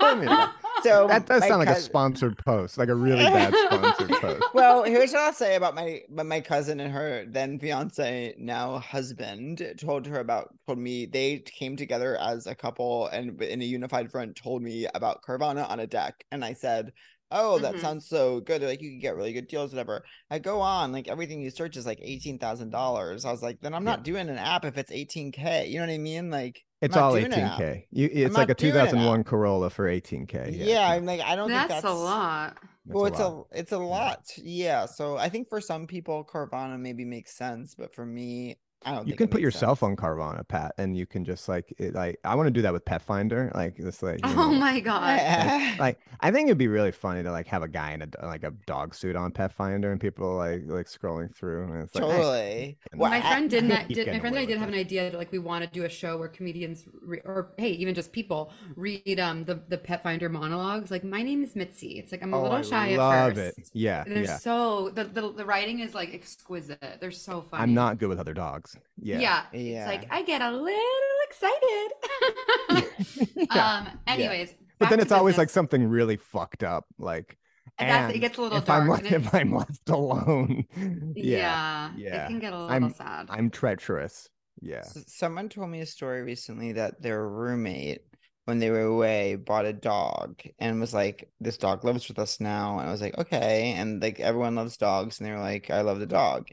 Tell me about-
Carvana.
so
that does
oh my
sound like a
cous-
sponsored post, like a really bad sponsored post.
Well, here's what I'll say about my but my cousin and her then fiance now husband told her about told me they came together as a couple and w- in a unified front told me about Carvana on a deck and I said, "Oh, that
Mm-hmm.
Mhm.
sounds so good. They're like you can get really good deals whatever." I go on like everything you search is like $18,000. I was like, "Then I'm
Yeah.
not doing an app if it's 18k." You know what I mean? Like
It's
not
all
doing it
18k. You, it's
not
like a
doing it now.
2001 Corolla for 18k.
yeah,
it's
I'm like I don't
That's,
think that's
a lot.
not-
well,
it's a lot.
it's a lot. Yeah. So I think for some people, Carvana maybe makes sense, but for me, I don't.
You
think
can
it
put
makes
yourself
sense.
on Carvana, Pat, and you can just like, it, like I want to do that with Petfinder, like this, like. you
Oh
know,
my god.
Yeah.
Like I think it'd be really funny to like have a guy in a d- like a dog suit on Petfinder and people like like scrolling through and it's like hey,
totally.
and
Well,
my
I-
friend did
think
not.
he's
Did, my
getting
friend and I
away
did
with
have
it.
an idea that like we want to do a show where comedians re- or hey, even just people read um the the pet finder monologues. Like my name is Mitzi. It's like I'm a
oh,
little
I
shy
love
at first.
it. Yeah,
They're
yeah.
so the, the the writing is like exquisite. They're so funny.
I'm not good with other dogs. Yeah.
Yeah. It's
Yeah.
like I get a little excited.
Yeah.
Um. Anyways,
but
back
then
to
it's always like
business.
something really fucked up. Like
And that's, it
and
gets a little
if
dark. and
I'm left,
then
if I'm left alone.
yeah,
yeah, yeah.
It can get a little
I'm-
sad.
I'm treacherous. Yeah.
s- someone told me a story recently that their roommate, when they were away, bought a dog and was like, "This dog lives with us now." And I was like, "Okay," and like everyone loves dogs, and they were like, "I love the dog,"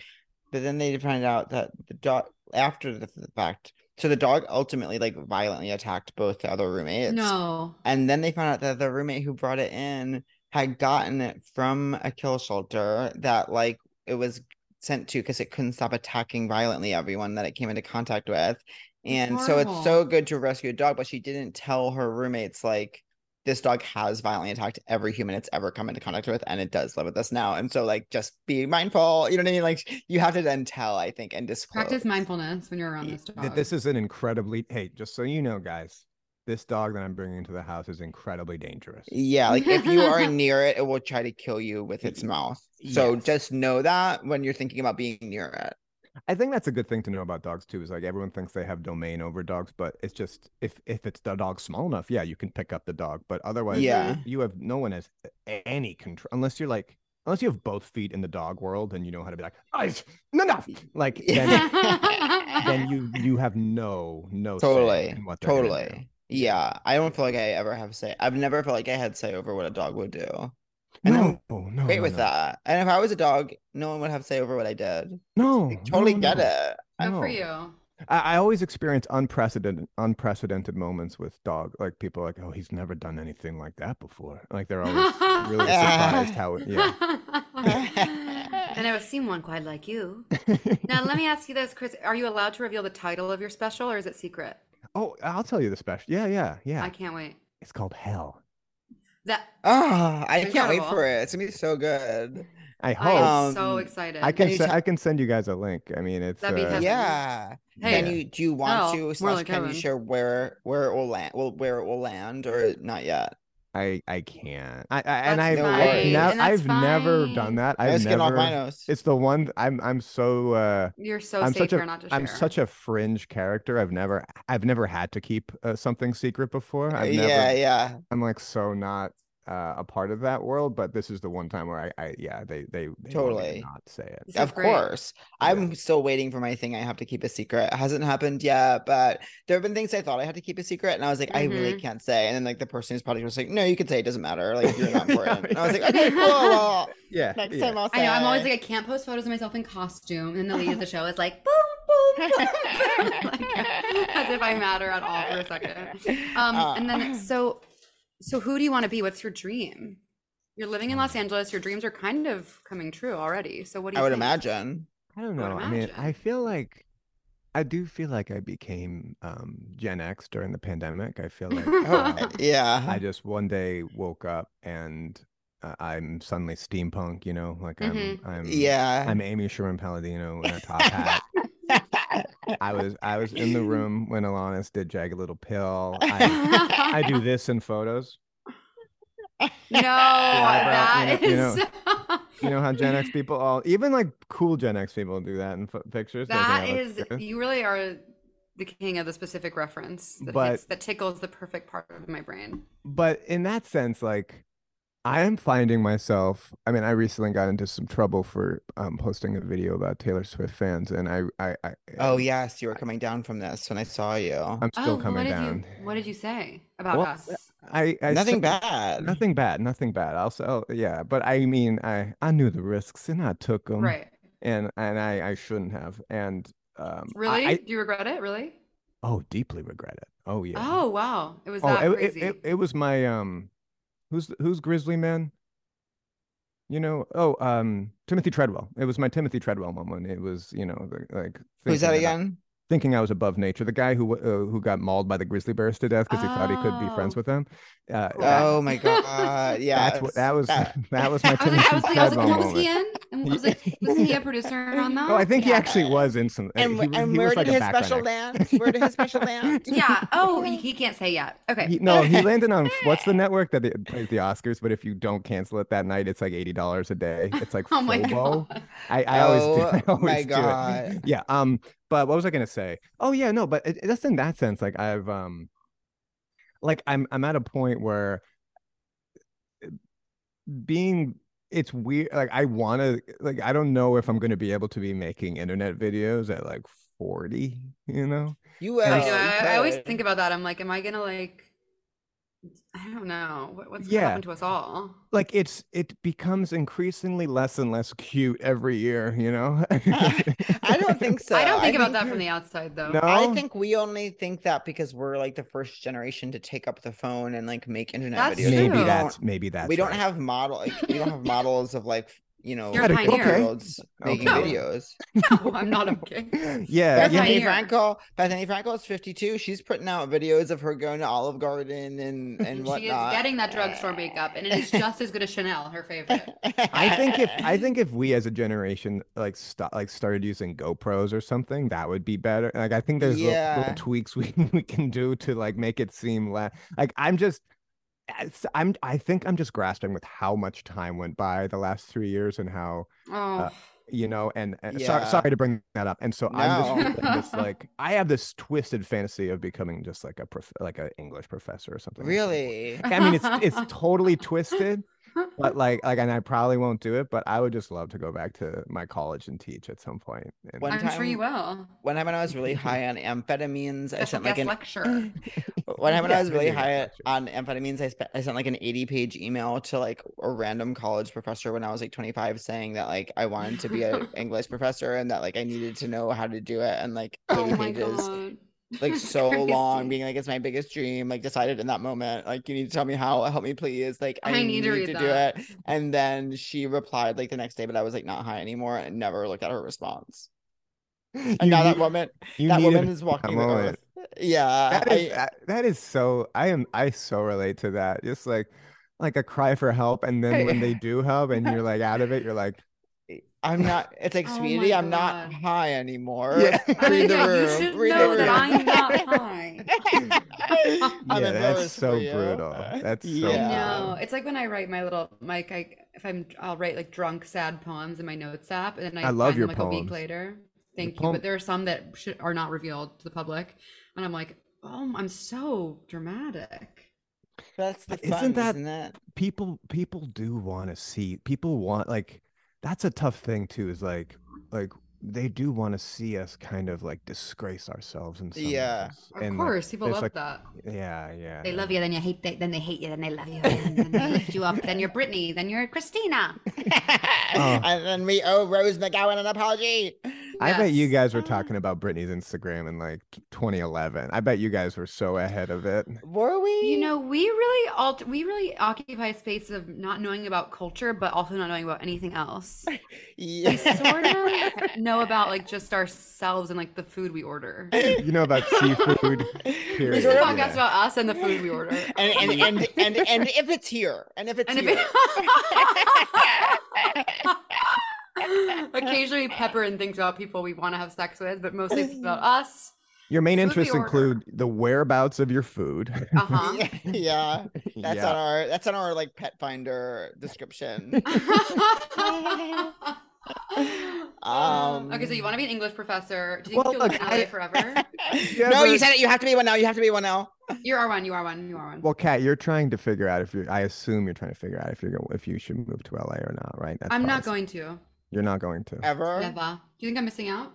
but then they found out that the dog after the the fact. So the dog ultimately like violently attacked both the other roommates.
no.
And then they found out that the roommate who brought it in had gotten it from a kill shelter that like it was sent to because it couldn't stop attacking violently everyone that it came into contact with. And so it's so
horrible.
good to rescue a dog, but she didn't tell her roommates like this dog has violently attacked every human it's ever come into contact with, and it does live with us now. And so like just be mindful, you know what I mean? Like you have to then tell, I think, and disclose.
Practice mindfulness when you're around this
Th-
dog.
This is an incredibly hey, just so you know, guys, this dog that I'm bringing into the house is incredibly dangerous.
Yeah, like if you are near it, it will try to kill you with its mouth. So
Yes.
just know that when you're thinking about being near it.
I think that's a good thing to know about dogs too. Is like everyone thinks they have domain over dogs, but it's just if if it's the dog small enough, yeah, you can pick up the dog. But otherwise,
Yeah.
you have no one has a- any control unless you're like unless you have both feet in the dog world and you know how to be like, I no no, like then, then you you have no no say
Totally.
in what they're gonna do.
Totally. Yeah. I don't feel like I ever have say. I've never felt like I had say over what a dog would do. And
No, oh, no,
I'm great
Oh, no,
with
no.
that. And if I was a dog, no one would have say over what I did.
No,
Like, totally
Oh, no,
get
no.
it.
Good
No.
for you.
I, I always experience unprecedented unprecedented moments with dog like people are like oh he's never done anything like that before like they're always really surprised how it, yeah
and I've seen one quite like you. Now let me ask you this, Chris: Are you allowed to reveal the title of your special, or is it secret?
oh I'll tell you the special yeah yeah yeah
I can't wait.
it's called hell
That
Ah, I can't wait
Incredible.
for it. It's gonna be so good.
I
I
hope
am
Um,
so excited.
Oh. I can
you
se-
t-
I can send you guys a link I mean it's
That'd be
uh,
heaven.
Yeah.
Hey.
Can you do you want
Oh,
to
more
slash
like
can you
heaven.
share where where it will land well where it will land or not yet?
I I can't I, I and I've
That's
I've,
fine,
nev-
and that's
I've never done
fine.
that
I
I've
was getting off my
never
nose.
it's the one I'm I'm so uh
You're so
I'm
safe
such a-
here not to share.
I'm such a fringe character. I've never I've never had to keep uh, something secret before. I've never
Yeah, yeah.
I'm like so not uh, a part of that world, but this is the one time where I, I yeah, they they, they wanted me to
Totally.
not say it.
This is
Of
great.
course.
Yeah.
I'm still waiting for my thing I have to keep a secret. It hasn't happened yet, but there have been things I thought I had to keep a secret. And I was like, I
Mm-hmm.
really can't say. And then like the person who's probably just like, no, you can say it doesn't matter. Like you're not
Yeah,
important. And I was like,
yeah.
okay, cool. Well,
Yeah,
next
yeah.
time I'll say
I know. I'm always like, I can't post photos of myself in costume. And the lead of the show is like, boom, boom, boom, boom. like, as if I matter at all for a second. Um,
Uh,
and then, so, so who do you want to be? What's your dream? You're living in Los Angeles. Your dreams are kind of coming true already. So what do you?
I would
think?
imagine.
I don't
I
know.
would
I mean, I
imagine.
feel like I do feel like I became um, Gen X during the pandemic. I feel like
Oh,
um,
yeah.
I just one day woke up and uh, I'm suddenly steampunk. You know, like
Mhm.
Mm-hmm.
I'm, I'm
yeah.
I'm Amy Sherman Palladino in a top hat. I was I was in the room when Alanis did Jagged Little Pill. I, I do this in photos.
No, that
you
is.
know- You know how Gen X people all, even like cool Gen X people, do that in pho- pictures. they think
That
I look
is,
good.
you really are the king of the specific reference that,
But-
hits, that tickles the perfect part of my brain.
but in that sense like i am finding myself i mean i recently got into some trouble for um, posting a video about taylor swift fans and i i, I
oh
um,
yes, you were coming down from this when I saw you.
i'm still
well,
coming
Oh, what
down
Did you, what did you say about
Well,
us?
i, I
Nothing
said-
bad.
nothing bad nothing bad i'll sell yeah but i mean i i knew the risks and i took them
right.
and and i i shouldn't have and um I-
Really?
I-
do you regret it? Really?
oh deeply regret it oh yeah
Oh, wow. It was
oh
that
it, it,
crazy.
it, it was my um who's who's grizzly man you know oh um timothy treadwell it was my timothy treadwell moment it was you know the- like
Who's that
thinking I-
again?
thinking i was above nature the guy who uh, who got mauled by the grizzly bears to death because he thought he could be friends
Oh.
with them uh
Cool.
that-
Oh my god. Yeah.
that's what that was that, was my
I was like, I
timothy
was like, I was
treadwell
like, was he
moment
in? And I was like, was he a producer on that?
oh i think he
Yeah.
actually was in some uh,
And,
he, was-
and
he
where
was like
did
a
his
back
special
redneck.
land? Where did his special land?
yeah. Oh, he, he can't say yet. Okay.
He- no, he landed on what's the network that it plays the Oscars, but if you don't cancel it that night, it's like eighty dollars a day. It's like
oh my
Fubo.
god.
I, I always do. I
Oh
always
my
do
God.
It. Yeah. Um. But what was I gonna say? Oh yeah. No. But it, that's in that sense. Like I've um, like I'm I'm at a point where uh, being it's weird. Like I want to. Like I don't know if I'm gonna be able to be making internet videos at like forty. You know.
You will.
I, know, I, I always
could.
think about that. I'm like, am I gonna like? I don't know what, what's
Yeah.
gonna happen to us all.
like it's it becomes increasingly less and less cute every year you know
I don't think so.
I don't think about that from the outside though.
No.
I think we only think that because we're like the first generation to take up the phone and like make internet
That's
videos.
true.
maybe
we
that's
don't,
maybe that's
we don't
right.
have model like, we don't have models of like you know
You're a
Gotta go-
pioneer.
okay.
olds making
Okay.
videos.
No, I'm not okay.
yeah,
That's
yeah.
how
Bethany
Pioneer.
Frankel. Bethany Frankel is fifty-two. She's putting out videos of her going to Olive Garden and and
she is
whatnot. Uh,
getting that drugstore makeup, and it is just as good as Chanel, her favorite.
i think if i think if we as a generation like st- like started using gopros or something that would be better like i think there's little, little
Yeah.
tweaks we, we can do to like make it seem less like i'm just it's- i'm i think i'm just grasping with how much time went by the last three years and how
Oh,
Uh,
you know and, and sorry,
Yeah.
sorry to bring that up and so i'm
No.
just feeling this, like i have this twisted fantasy of becoming just like a prof- like an english professor or something at some point.
really.
i mean it's it's totally twisted but like like and i probably won't do it but i would just love to go back to my college and teach at some point and
One
I'm sure you will.
One time when I was really high on amphetamines, I
Special
sent like
guest
an
lecture.
What happened?
Yeah,
I was really
maybe that's
high
not true.
on amphetamines. I, spe- I sent like an 80 page email to like a random college professor when I was like 25 saying that like I wanted to be an English professor and that like I needed to know how to do it. And like 80
Oh my
pages,
god.
like so long,
Crazy.
being like, it's my biggest dream. Like, decided in that moment, like, you need to tell me how, help me please. Like, I, need to,
read
do
that.
it. And then she replied like the next day, but I was like not high anymore and never looked at her response. And
You
now that
need-
woman,
you
that
needed-
woman is walking the
moment.
earth. Yeah.
that
I-
is that- that is so i am i so relate to that just like like a cry for help and then when they do help and you're like out of it you're like
I'm not. It's like,
Oh my
sweetie, I'm not
God.
high anymore.
Yeah.
I mean,
Read the
yeah, you
room.
should
Read the
know that
room.
I'm not high.
I'm
yeah that's
embarrassed for
so
you.
brutal that's so
Yeah.
I know. It's like when I write my little like I if I'm I'll write like drunk sad poems in my notes app and then I,
I love
find
your
them like a
poems.
week later. Thank you.
poem-
But there are some that should, are not revealed to the public and I'm like, "Oh, I'm so dramatic."
That's the
Isn't
fun, isn't
that-
that?
people people do want to see people want like that's a tough thing too is like like they do want to see us kind of like disgrace ourselves in some of
Yeah.
this,
Of
and like,
course, people
there's,
love
like-
that.
yeah yeah
They
yeah.
love you, then you hate they, then they hate you, then they love you, and then they lift you up, then you're Brittany, then you're Christina.
Oh.
and then we owe Rose McGowan an apology.
I bet you
Yes. Um
guys were
Ah.
talking about Britney's Instagram in like t- 2011. I bet you guys were so ahead of it.
Were we?
You know, we really alt- we really occupy a space of not knowing about culture, but also not knowing about anything else.
yeah.
Sort of know about like just ourselves and like the food we order. This
You know about seafood.
This
is
Period.
a
Yeah.
podcast about us and the food we order.
and, and, and, and, and if it's here, and if it's
And if
here.
it- occasionally we pepper in things about people we want to have sex with, but mostly it's about us.
Your main
Food we
interests
order.
include the whereabouts of your food.
Uh huh.
Yeah, yeah, that's
yeah.
on our that's on our like pet finder description. Um,
okay, so you want to be an English professor? Do you
Well,
think you'll be
look,
an LA
I-
forever?
you
no, you
ever-
said it. You have to be one now. You have to be one now.
You are one. You are one. You are one.
Well, Kat, you're trying to figure out if you're. I assume you're trying to figure out if you're go- if you should move to LA or not, right? That's
I'm
probably
not
s-
going to.
You're not going to.
Ever.
Never. Do you think I'm missing out?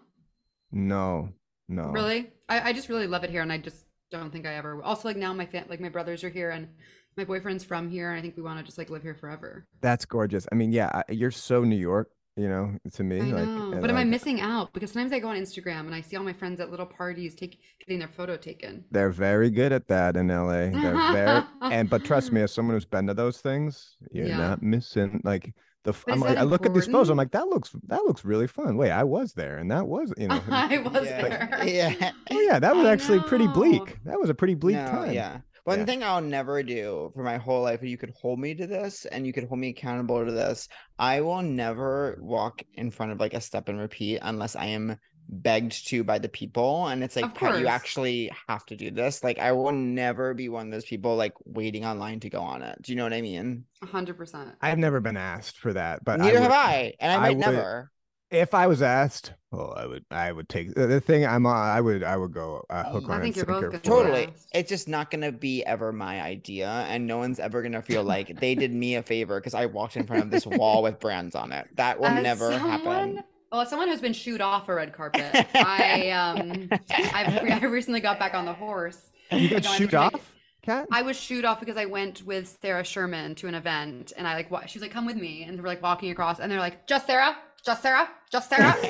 No, no.
Really? I, I just really love it here, and I just don't think I ever. will. Also, like now my fam- like my brothers are here, and my boyfriend's from here, and I think we want to just like live here forever.
That's gorgeous. I mean, yeah, I- you're so New York. You know, to me,
I
like,
know,
uh,
but am I
like,
missing out? Because sometimes I go on Instagram and I see all my friends at little parties take getting their photo taken.
They're very good at that in LA. They're very and but trust me, as someone who's been to those things, you're
Yeah.
not missing like the. f-
But
I'm
is
like,
that
I look at these photos. I'm
important?
like, that looks that looks really fun. Wait, I was there, and that was you know.
I was
Yeah.
there.
Yeah.
oh yeah, that was
I
actually pretty
know.
bleak. That was a pretty bleak
No,
time.
Yeah. One
Yeah.
thing I'll never do for my whole life, you could hold me to this and you could hold me accountable to this. I will never walk in front of like a step and repeat unless I am begged to by the people. And it's
Of
like, Pat, you
course.
actually have to do this. Like, I will never be one of those people like waiting online to go on it. Do you know what I mean?
hundred percent.
I've never been asked for that, but
Neither
I
have
would-
I. And I
I
might
would-
never.
If I was asked, oh, I would, I would take the the thing. I'm, on, I would, I would go uh, hook,
I
line,
think
and
you're both
sinker
gonna
for it.
Totally.
Yes.
It's just not going to be ever my idea. And no one's ever going to feel like they did me a favor because I walked in front of this wall with brands on it. That will
As
never happen.
someone- Well, as someone who's been shooed off a red carpet, I um, I've, re- I recently got back on the horse.
You got
No, I'm
shoot
kidding.
off, Kat?
I was shooed off because I went with Sarah Sherman to an event, and I like wa- she was like, "Come with me," and we're like walking across, and they're like, "Just Sarah, just Sarah, just Sarah."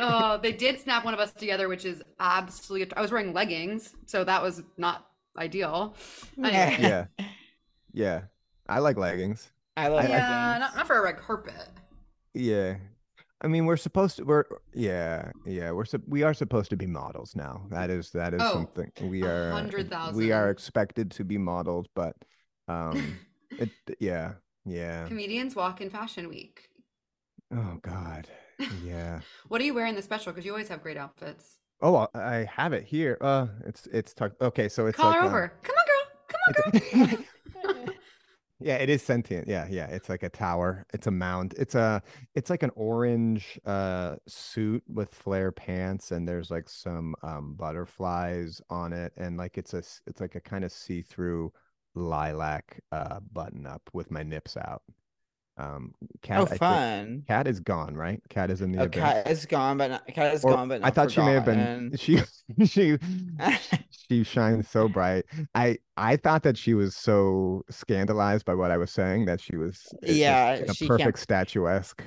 oh, they did snap one of us together, which is absolutely. I was wearing leggings, so that was not ideal. Anyway,
yeah, yeah. I like leggings.
I love
yeah, not,
leggings.
not for a red carpet.
Yeah. I mean, we're supposed to, we're, yeah, yeah, we're, sup- we are supposed to be models now. That is, that is
Oh,
something we
a
are,
hundred
we are
thousand.
expected to be models, but, um, it, yeah, yeah.
Comedians walk in fashion week.
Oh, God. Yeah.
What are you wearing this special? Because you always have great outfits.
Oh, I- I have it here. Uh, it's, it's tucked. Okay. So it's
Call
like,
her
uh,
over. Come on, girl. Come on,
it's-
girl.
yeah, it is sentient. Yeah. Yeah. It's like a tower. It's a mound. It's a, it's like an orange, uh, suit with flare pants and there's like some um butterflies on it and like it's a s- it's like a kind of see-through lilac uh button up with my nips out um cat
Oh,
I think-
fun.
cat is gone right cat is in the
A
event.
cat is gone, but not, cat is
Or-
gone, but
i
not
thought she may have been she she
forgotten.
she shines so bright i i thought that she was so scandalized by what i was saying that she was it- it's
Yeah,
like a
she can't-
perfect statuesque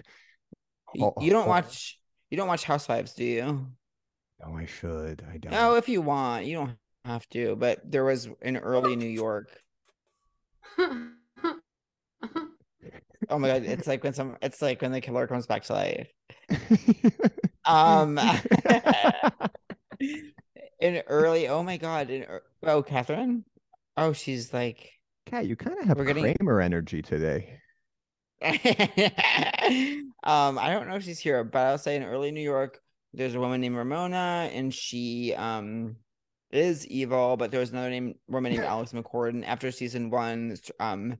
You-
Oh,
you don't
oh.
watch. You don't watch Housewives, do you?
oh i should i don't
No, if you want, you don't have to. But there was in early New York. Oh my god, it's like when some. It's like when the killer comes back to life. Um, in early. Oh my god. In ear- oh, Catherine. Oh, she's like.
Kat, you kind of have
We're getting-
Kramer energy today.
um, I don't know if she's here, but I'll say in early New York, there's a woman named Ramona, and she um is evil. But there was another name woman named Alex McCord, and after season one, s- um,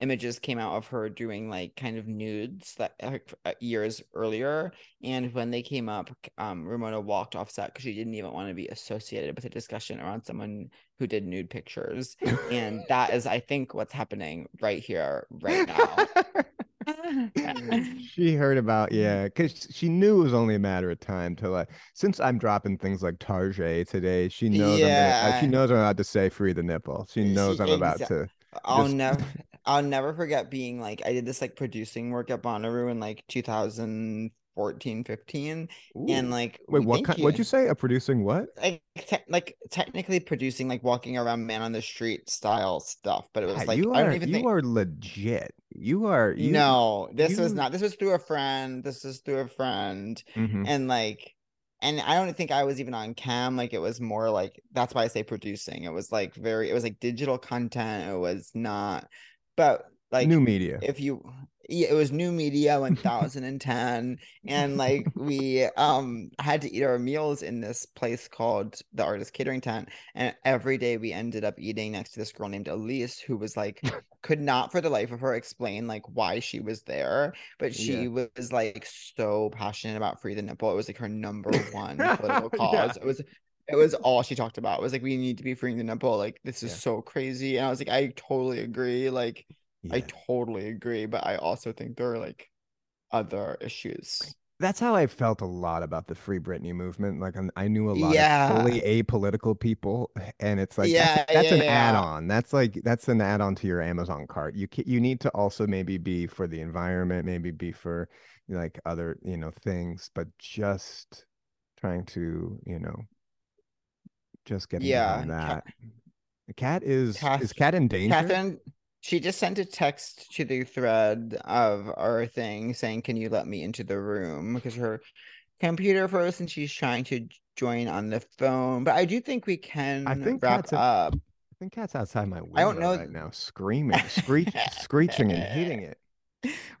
images came out of her doing like kind of nudes that like, uh, years earlier and when they came up um ramona walked off set because she didn't even want to be associated with a discussion around someone who did nude pictures and that is i think what's happening right here right now
she heard about
Mm-hmm.
yeah because she knew it was only a matter of time to like since i'm dropping things like tarjay today she knows I'm gonna, uh, she
Yeah.
knows i'm about to say free the nipple she
She-
knows i'm about
exact-
to
I'll
Just-
never I'll never forget being like I did this like producing work at Bonnaroo in like 2014 15 and
Ooh.
like
wait what
thank
kind what'd you say a producing what
like, te- like technically producing like walking around man on the street style stuff but it was
Yeah,
like
you
I
are
don't
you
even think
are legit you are you,
no this was
you-
not this was through a friend this was through a friend
Mhm.
and like and I don't think I was even on cam like it was more like that's why I say producing it was like very it was like digital content it was not but like
new media
if you yeah, it was new media 1010 and like we um had to eat our meals in this place called the artist catering tent and every day we ended up eating next to this girl named elise who was like could not for the life of her explain like why she was there but she was like so passionate about free the nipple it was like her number one political
Yeah.
cause it was it was all she talked about it was like we need to be freeing the nipple like this is
Yeah.
so crazy and i was like i totally agree like I
Yeah.
totally agree, but I also think there are like other issues.
that's how I felt a lot about the Free Britney movement. Like I'm- I knew a lot
Yeah.
of fully apolitical people, eh, and it's like
Yeah,
that's, that's
yeah,
an
yeah.
add-on. That's like that's an add-on to your Amazon cart. You ca- you need to also maybe be for the environment, maybe be for like other you know things, but just trying to you know just getting
Yeah,
behind
Ca-
that. Cat is is
Cath-
cat in danger?
Catherine, she just sent a text to the thread of our thing saying, Can you let me into the room? Because her computer froze and she's trying to j- join on the phone. But I do think we can
think
wrap
that's a-
up.
I think cat's outside my window
I don't know-
right now, screaming, screech, screeching, and hitting it.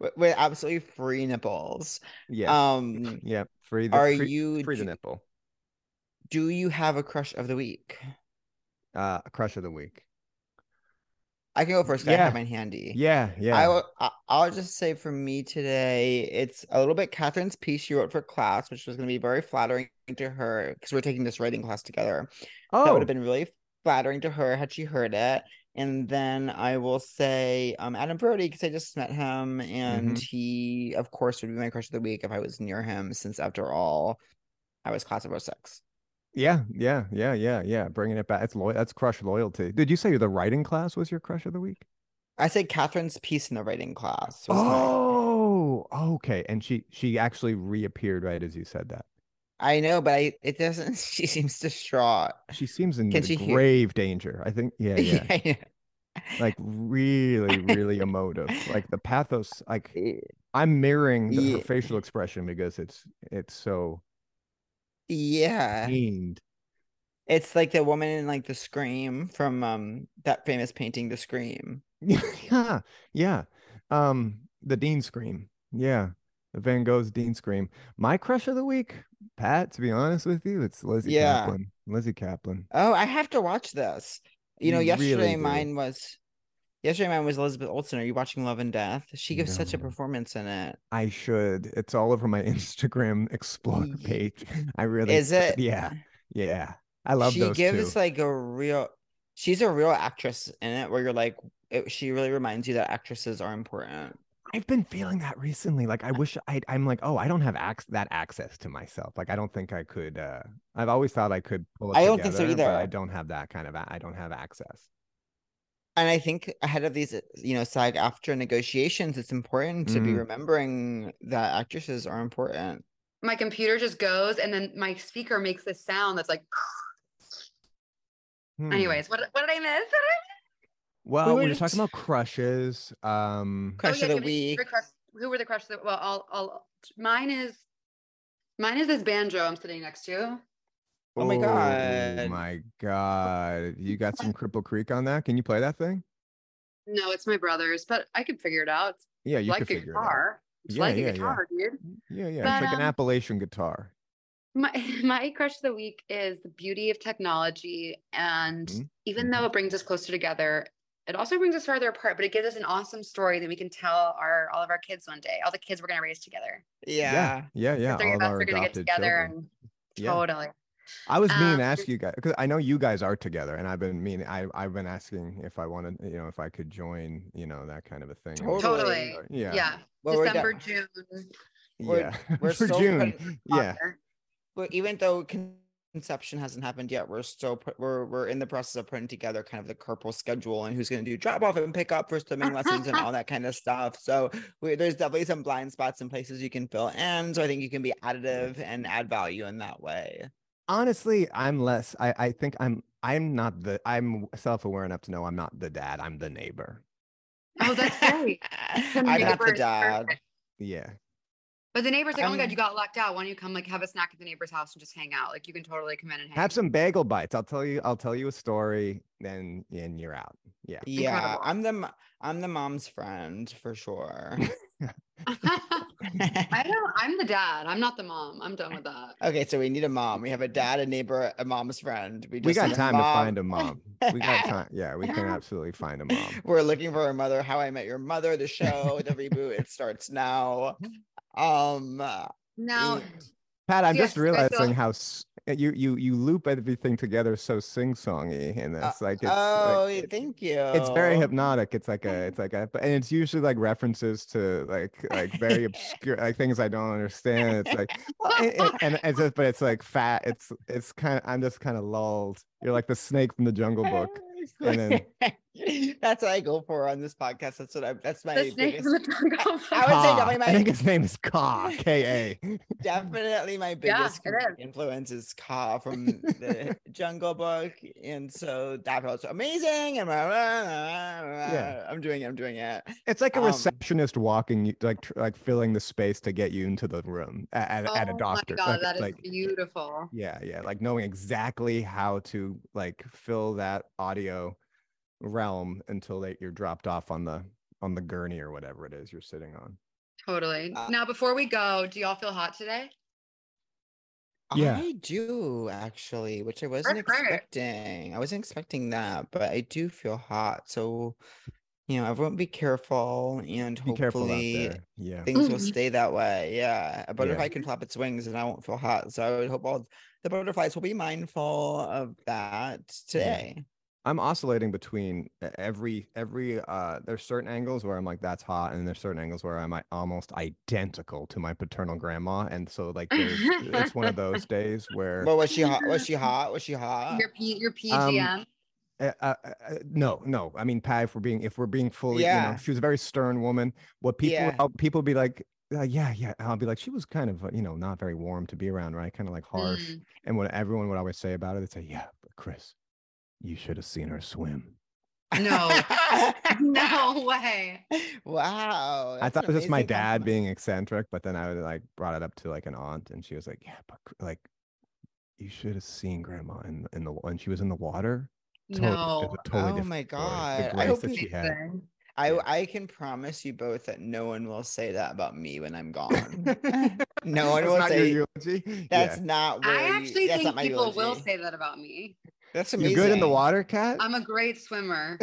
with, with absolutely free nipples.
Yeah.
Um,
Yeah, free the
are
free,
you
free the
d-
nipple.
do you have a crush of the week?
Uh crush of the week.
I can go first. 'cause I
Yeah.
have mine handy.
Yeah, yeah.
I will, I- I'll just say for me today, it's a little bit Catherine's piece she wrote for class, which was going to be very flattering to her because we're taking this writing class together.
oh,
That would have been really flattering to her had she heard it. And then I will say um, Adam Brody because I just met him
Mm-hmm.
and he, of course, would be my crush of the week if I was near him since, after all, I was class of 06.
yeah, yeah, yeah, yeah, yeah. Bringing it back. It's loyal. That's crush loyalty. Did you say the writing class was your crush of the week?
I said Catherine's piece in the writing class. Was my-
Oh, okay. And she she actually reappeared right as you said that.
I know, but I it doesn't. She seems distraught.
She seems in
Can she hear-
grave danger. I think. Yeah, yeah.
yeah.
Like really, really emotive. Like the pathos. Like
Eh,
I'm mirroring the, her
Yeah.
facial expression because it's it's so
yeah
pained.
it's like the woman in like the scream from um that famous painting the scream
yeah yeah um the dean scream yeah the van gogh's dean scream my crush of the week pat to be honest with you it's lizzie
Yeah.
kaplan lizzie kaplan
oh i have to watch this you know
You really
yesterday
do.
mine was yesterday mine was elizabeth olsen are you watching love and death she gives such a
No.
performance in it
i should it's all over my instagram explore
Ye-
page i really
is
should.
it
yeah yeah i love
she
those
gives
two.
like a real she's a real actress in it where you're like it, she really reminds you that actresses are important
i've been feeling that recently like
Uh
i wish i i'm like oh i don't have ac- that access to myself like i don't think i could uh i've always thought i could pull it
I don't think so
together, but i
either.
don't have that kind of a- i don't have access
and I think ahead of these, uh, you know, SAG after negotiations, it's important to be
Mm.
remembering that actresses are important.
My computer just goes, and then my speaker makes this sound that's like.
Hmm.
Anyways, what what did I miss? Oh, What did I
Well, we
would
were
it-
talking about crushes. Um,
miss? Oh,
Crush
yeah,
of the
give me
week.
your crush- Who were the crushes? Of the, well, I'll, I'll. Mine is. Mine is this banjo I'm sitting next to.
Oh my
Oh
God.
my god! You got some Cripple Creek on that? Can you play that thing?
No, it's my brother's, but I could figure it out. It's
Yeah, you
like
could
a
figure
guitar. It's
Yeah,
like
yeah, yeah.
a guitar, dude.
it out. Yeah, yeah.
But,
it's like an
um,
Appalachian guitar.
My my crush of the week is the beauty of technology, and
Mhm,
even
mhm.
though it brings us closer together,
It also brings us farther apart, but it gives us an awesome story that we can tell our all of our kids one day, all the kids we're gonna raise together.
Yeah.
Yeah. Yeah.
the three
all
of
of
us
our
are gonna get
adopted
together
children.
and
Yeah.
totally.
I was meaning
Um,
to ask you guys because I know you guys are together, and I've been meaning I I've been asking if I wanted you know if I could join you know that kind of a thing. and-
Totally.
Totally.
Yeah.
Yeah.
Yeah.
But we're
December,
de-
June.
We're- we're so
For
put-
June. yeah.
Father.
Well, even though con- conception hasn't happened yet, we're still put, we're we're in the process of putting together kind of the corporal schedule and who's going to do drop off and pick up for swimming lessons and all that kind of stuff. So we, there's definitely some blind spots and places you can fill in. So I think you can be additive and add value in that way.
Honestly, I'm less. I I think I'm I'm not the I'm self aware enough to know I'm not the dad. I'm the neighbor.
Oh, that's great.
I'm not the
neighbor is
dad.
perfect.
Yeah.
But the neighbor's like, oh my
Um,
God, you got locked out. Why don't you come like have a snack at the neighbor's house and just hang out? Like you can totally come in and hang
Have some bagel bites. I'll tell you. I'll tell you a story. Then and you're out. Yeah.
Yeah,
Incredible.
I'm the mo- I'm the mom's friend for sure.
I don't, I'm the dad. I'm not the mom. I'm done with that.
okay, so we need a mom. We have a dad, a neighbor, a mom's friend. We, just
We got
need
time to find a mom. We
mom.
got time. Yeah, we can absolutely find a mom.
We're looking for a mother. How I Met Your Mother, the show, the reboot. It starts now. Um,
Now,
Pat, I'm
Yeah,
just
so-
realizing how s- eh, you you you loop everything together so sing songy in this. Like it's
oh,
like, it-
thank you.
it's very hypnotic. It's like a it's like a but- and it's usually like references to like like very obscure like things I don't understand. It's like well, a- a- and, it's just but it's like fat. It's it's kind of I'm just kind of lulled. You're like the snake from the Jungle Book. and
that's what I go for on this podcast. That's what I. That's my
the snake
biggest.
from the jungle.
I would say
Ka.
definitely
I
my-
think his name is Ka K A.
definitely my
Yeah,
biggest
it
comedic influence is Ka from the Jungle Book, and so that was amazing. And blah, blah, blah, blah,
Yeah.
I'm doing it. I'm doing it.
It's like a
Um,
receptionist walking, you- like tr- like filling the space to get you into the room a- at,
oh
at a doctor.
my God,
like,
that is
like-
beautiful.
Yeah, yeah, like knowing exactly how to like fill that audio realm until that you're dropped off on the on the gurney or whatever it is you're sitting on.
Totally.
Uh,
now, before we go, do y'all feel hot today?
Yeah.
I do actually, which I wasn't
That's right.
expecting. I wasn't expecting that, but I do feel hot. So, you know, everyone be careful and
Be careful out
hopefully
there. Yeah.
things will
Mhm.
stay that way. Yeah. A butterfly
Yeah.
can flap its wings and I won't feel hot. So I would hope all the butterflies will be mindful of that today.
I'm oscillating between e- every every uh there's certain angles where I'm like that's hot and there's certain angles where I'm like, almost identical to my paternal grandma and so like there's, it's one of those days where
But was she hot? Was she hot? Was she hot?
Your, P, your
um,
PGM.
uh, uh, uh, uh, no, no. I mean, Pat, if we're being, if we're being fully, you
Yeah.
know, she was a very stern woman. What people,
Yeah.
I'll- people be like, uh, yeah, yeah. I'll be like, she was kind of, uh, you know, not very warm to be around, right? Kind of like harsh.
Mm.
And what everyone would always say about her, they'd say, yeah, but Chris, you should have seen her swim.
Hmm. No. no way.
Wow.
I
that's
thought
an
it was just my
amazing
dad
compliment.
being eccentric, but then I would like brought it up to like an aunt, and she was like, yeah, but Chr- like, you should have seen Grandma in in the when she was in the water. Totally-
No.
it's a totally
Oh my
different story.
God, I
The grace
hope
that
you-
she had.
I
Yeah.
I can promise you both that no one will say that about me when I'm gone. no one will say
eulogy.
that's not. Where
I
you-
actually
that's
think
not my
people will
eulogy."
say that about me.
that's
You're
amazing.
good in the water, cat.
I'm a great swimmer.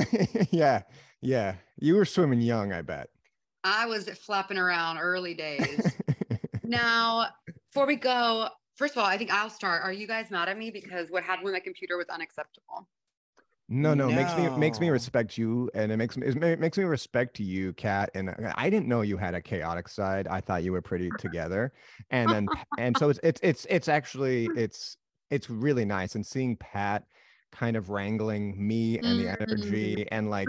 yeah, yeah. You were swimming young, I bet.
I was flapping around early days. now, before we go, first of all, I think I'll start. Are you guys mad at me because what happened with my computer was unacceptable?
no, no, makes me makes me
No.
respect you, and it makes me it ma- it makes me respect you, Cat. And I- I didn't know you had a chaotic side. I thought you were pretty together, and then P- and so it's it's it's it's actually it's it's really nice. And seeing Pat kind of wrangling me and the
Mm.
energy, and like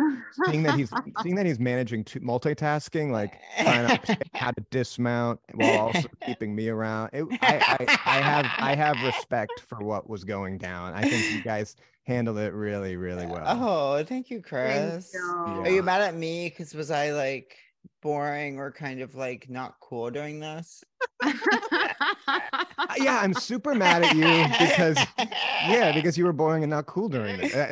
seeing that he's seeing that he's managing to multitasking, like trying to understand how to dismount while also keeping me around. It, I, I, I have I have respect for what was going down. I think you guys handled it really really well.
Oh, thank you,
Thank
Chris.
you.
Are you mad at me? Because was I like boring or kind of like not cool during this?
Uh, Yeah, I'm super mad at you because yeah, because you were boring and not cool during it. Uh, uh,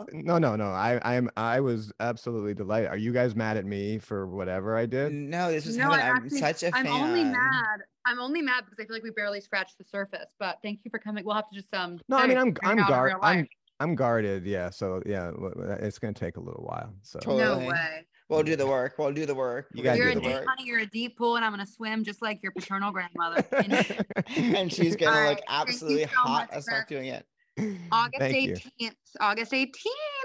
it's, no, no, no. I I'm I was absolutely delighted. Are you guys mad at me for whatever I did?
no, this was
No,
heaven.
I
I'm
actually-
such a
I'm
fan.
only mad. I'm only mad because I feel like we barely scratched the surface. But thank you for coming. We'll have to just um.
No, I mean
hey,
I'm
hang
I'm
out in
gar
real life.
I'm I'm guarded. Yeah. So yeah, w- w- uh, it's gonna take a little while. So
Totally.
No way.
We'll do the work. We'll do the work.
You
We're
gotta
You're
gonna
a
do the
deep, honey, you're a deep pool, and I'm gonna swim just like your paternal grandmother. in
and she's gonna
All right.
look
Thank you
absolutely
so
hot
much
as
for-
fuck doing it.
August
Thank you.
18th. August 18th,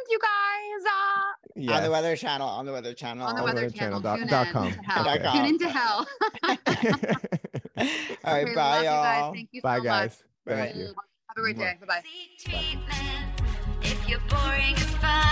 you guys. Uh,
On
Yeah.
the Weather Channel. On the Weather Channel.
on the
All
Weather Channel.
dot-
tune
dot
in
com.
to hell.
Okay.
Tune into hell.
All right. bye,
We love you guys.
y'all.
Thank you
Bye
so
guys.
much.
Bye.
Thank you.
Have a great
Mwah.
day. Bye bye.
Seek treatment if you're boring as fuck.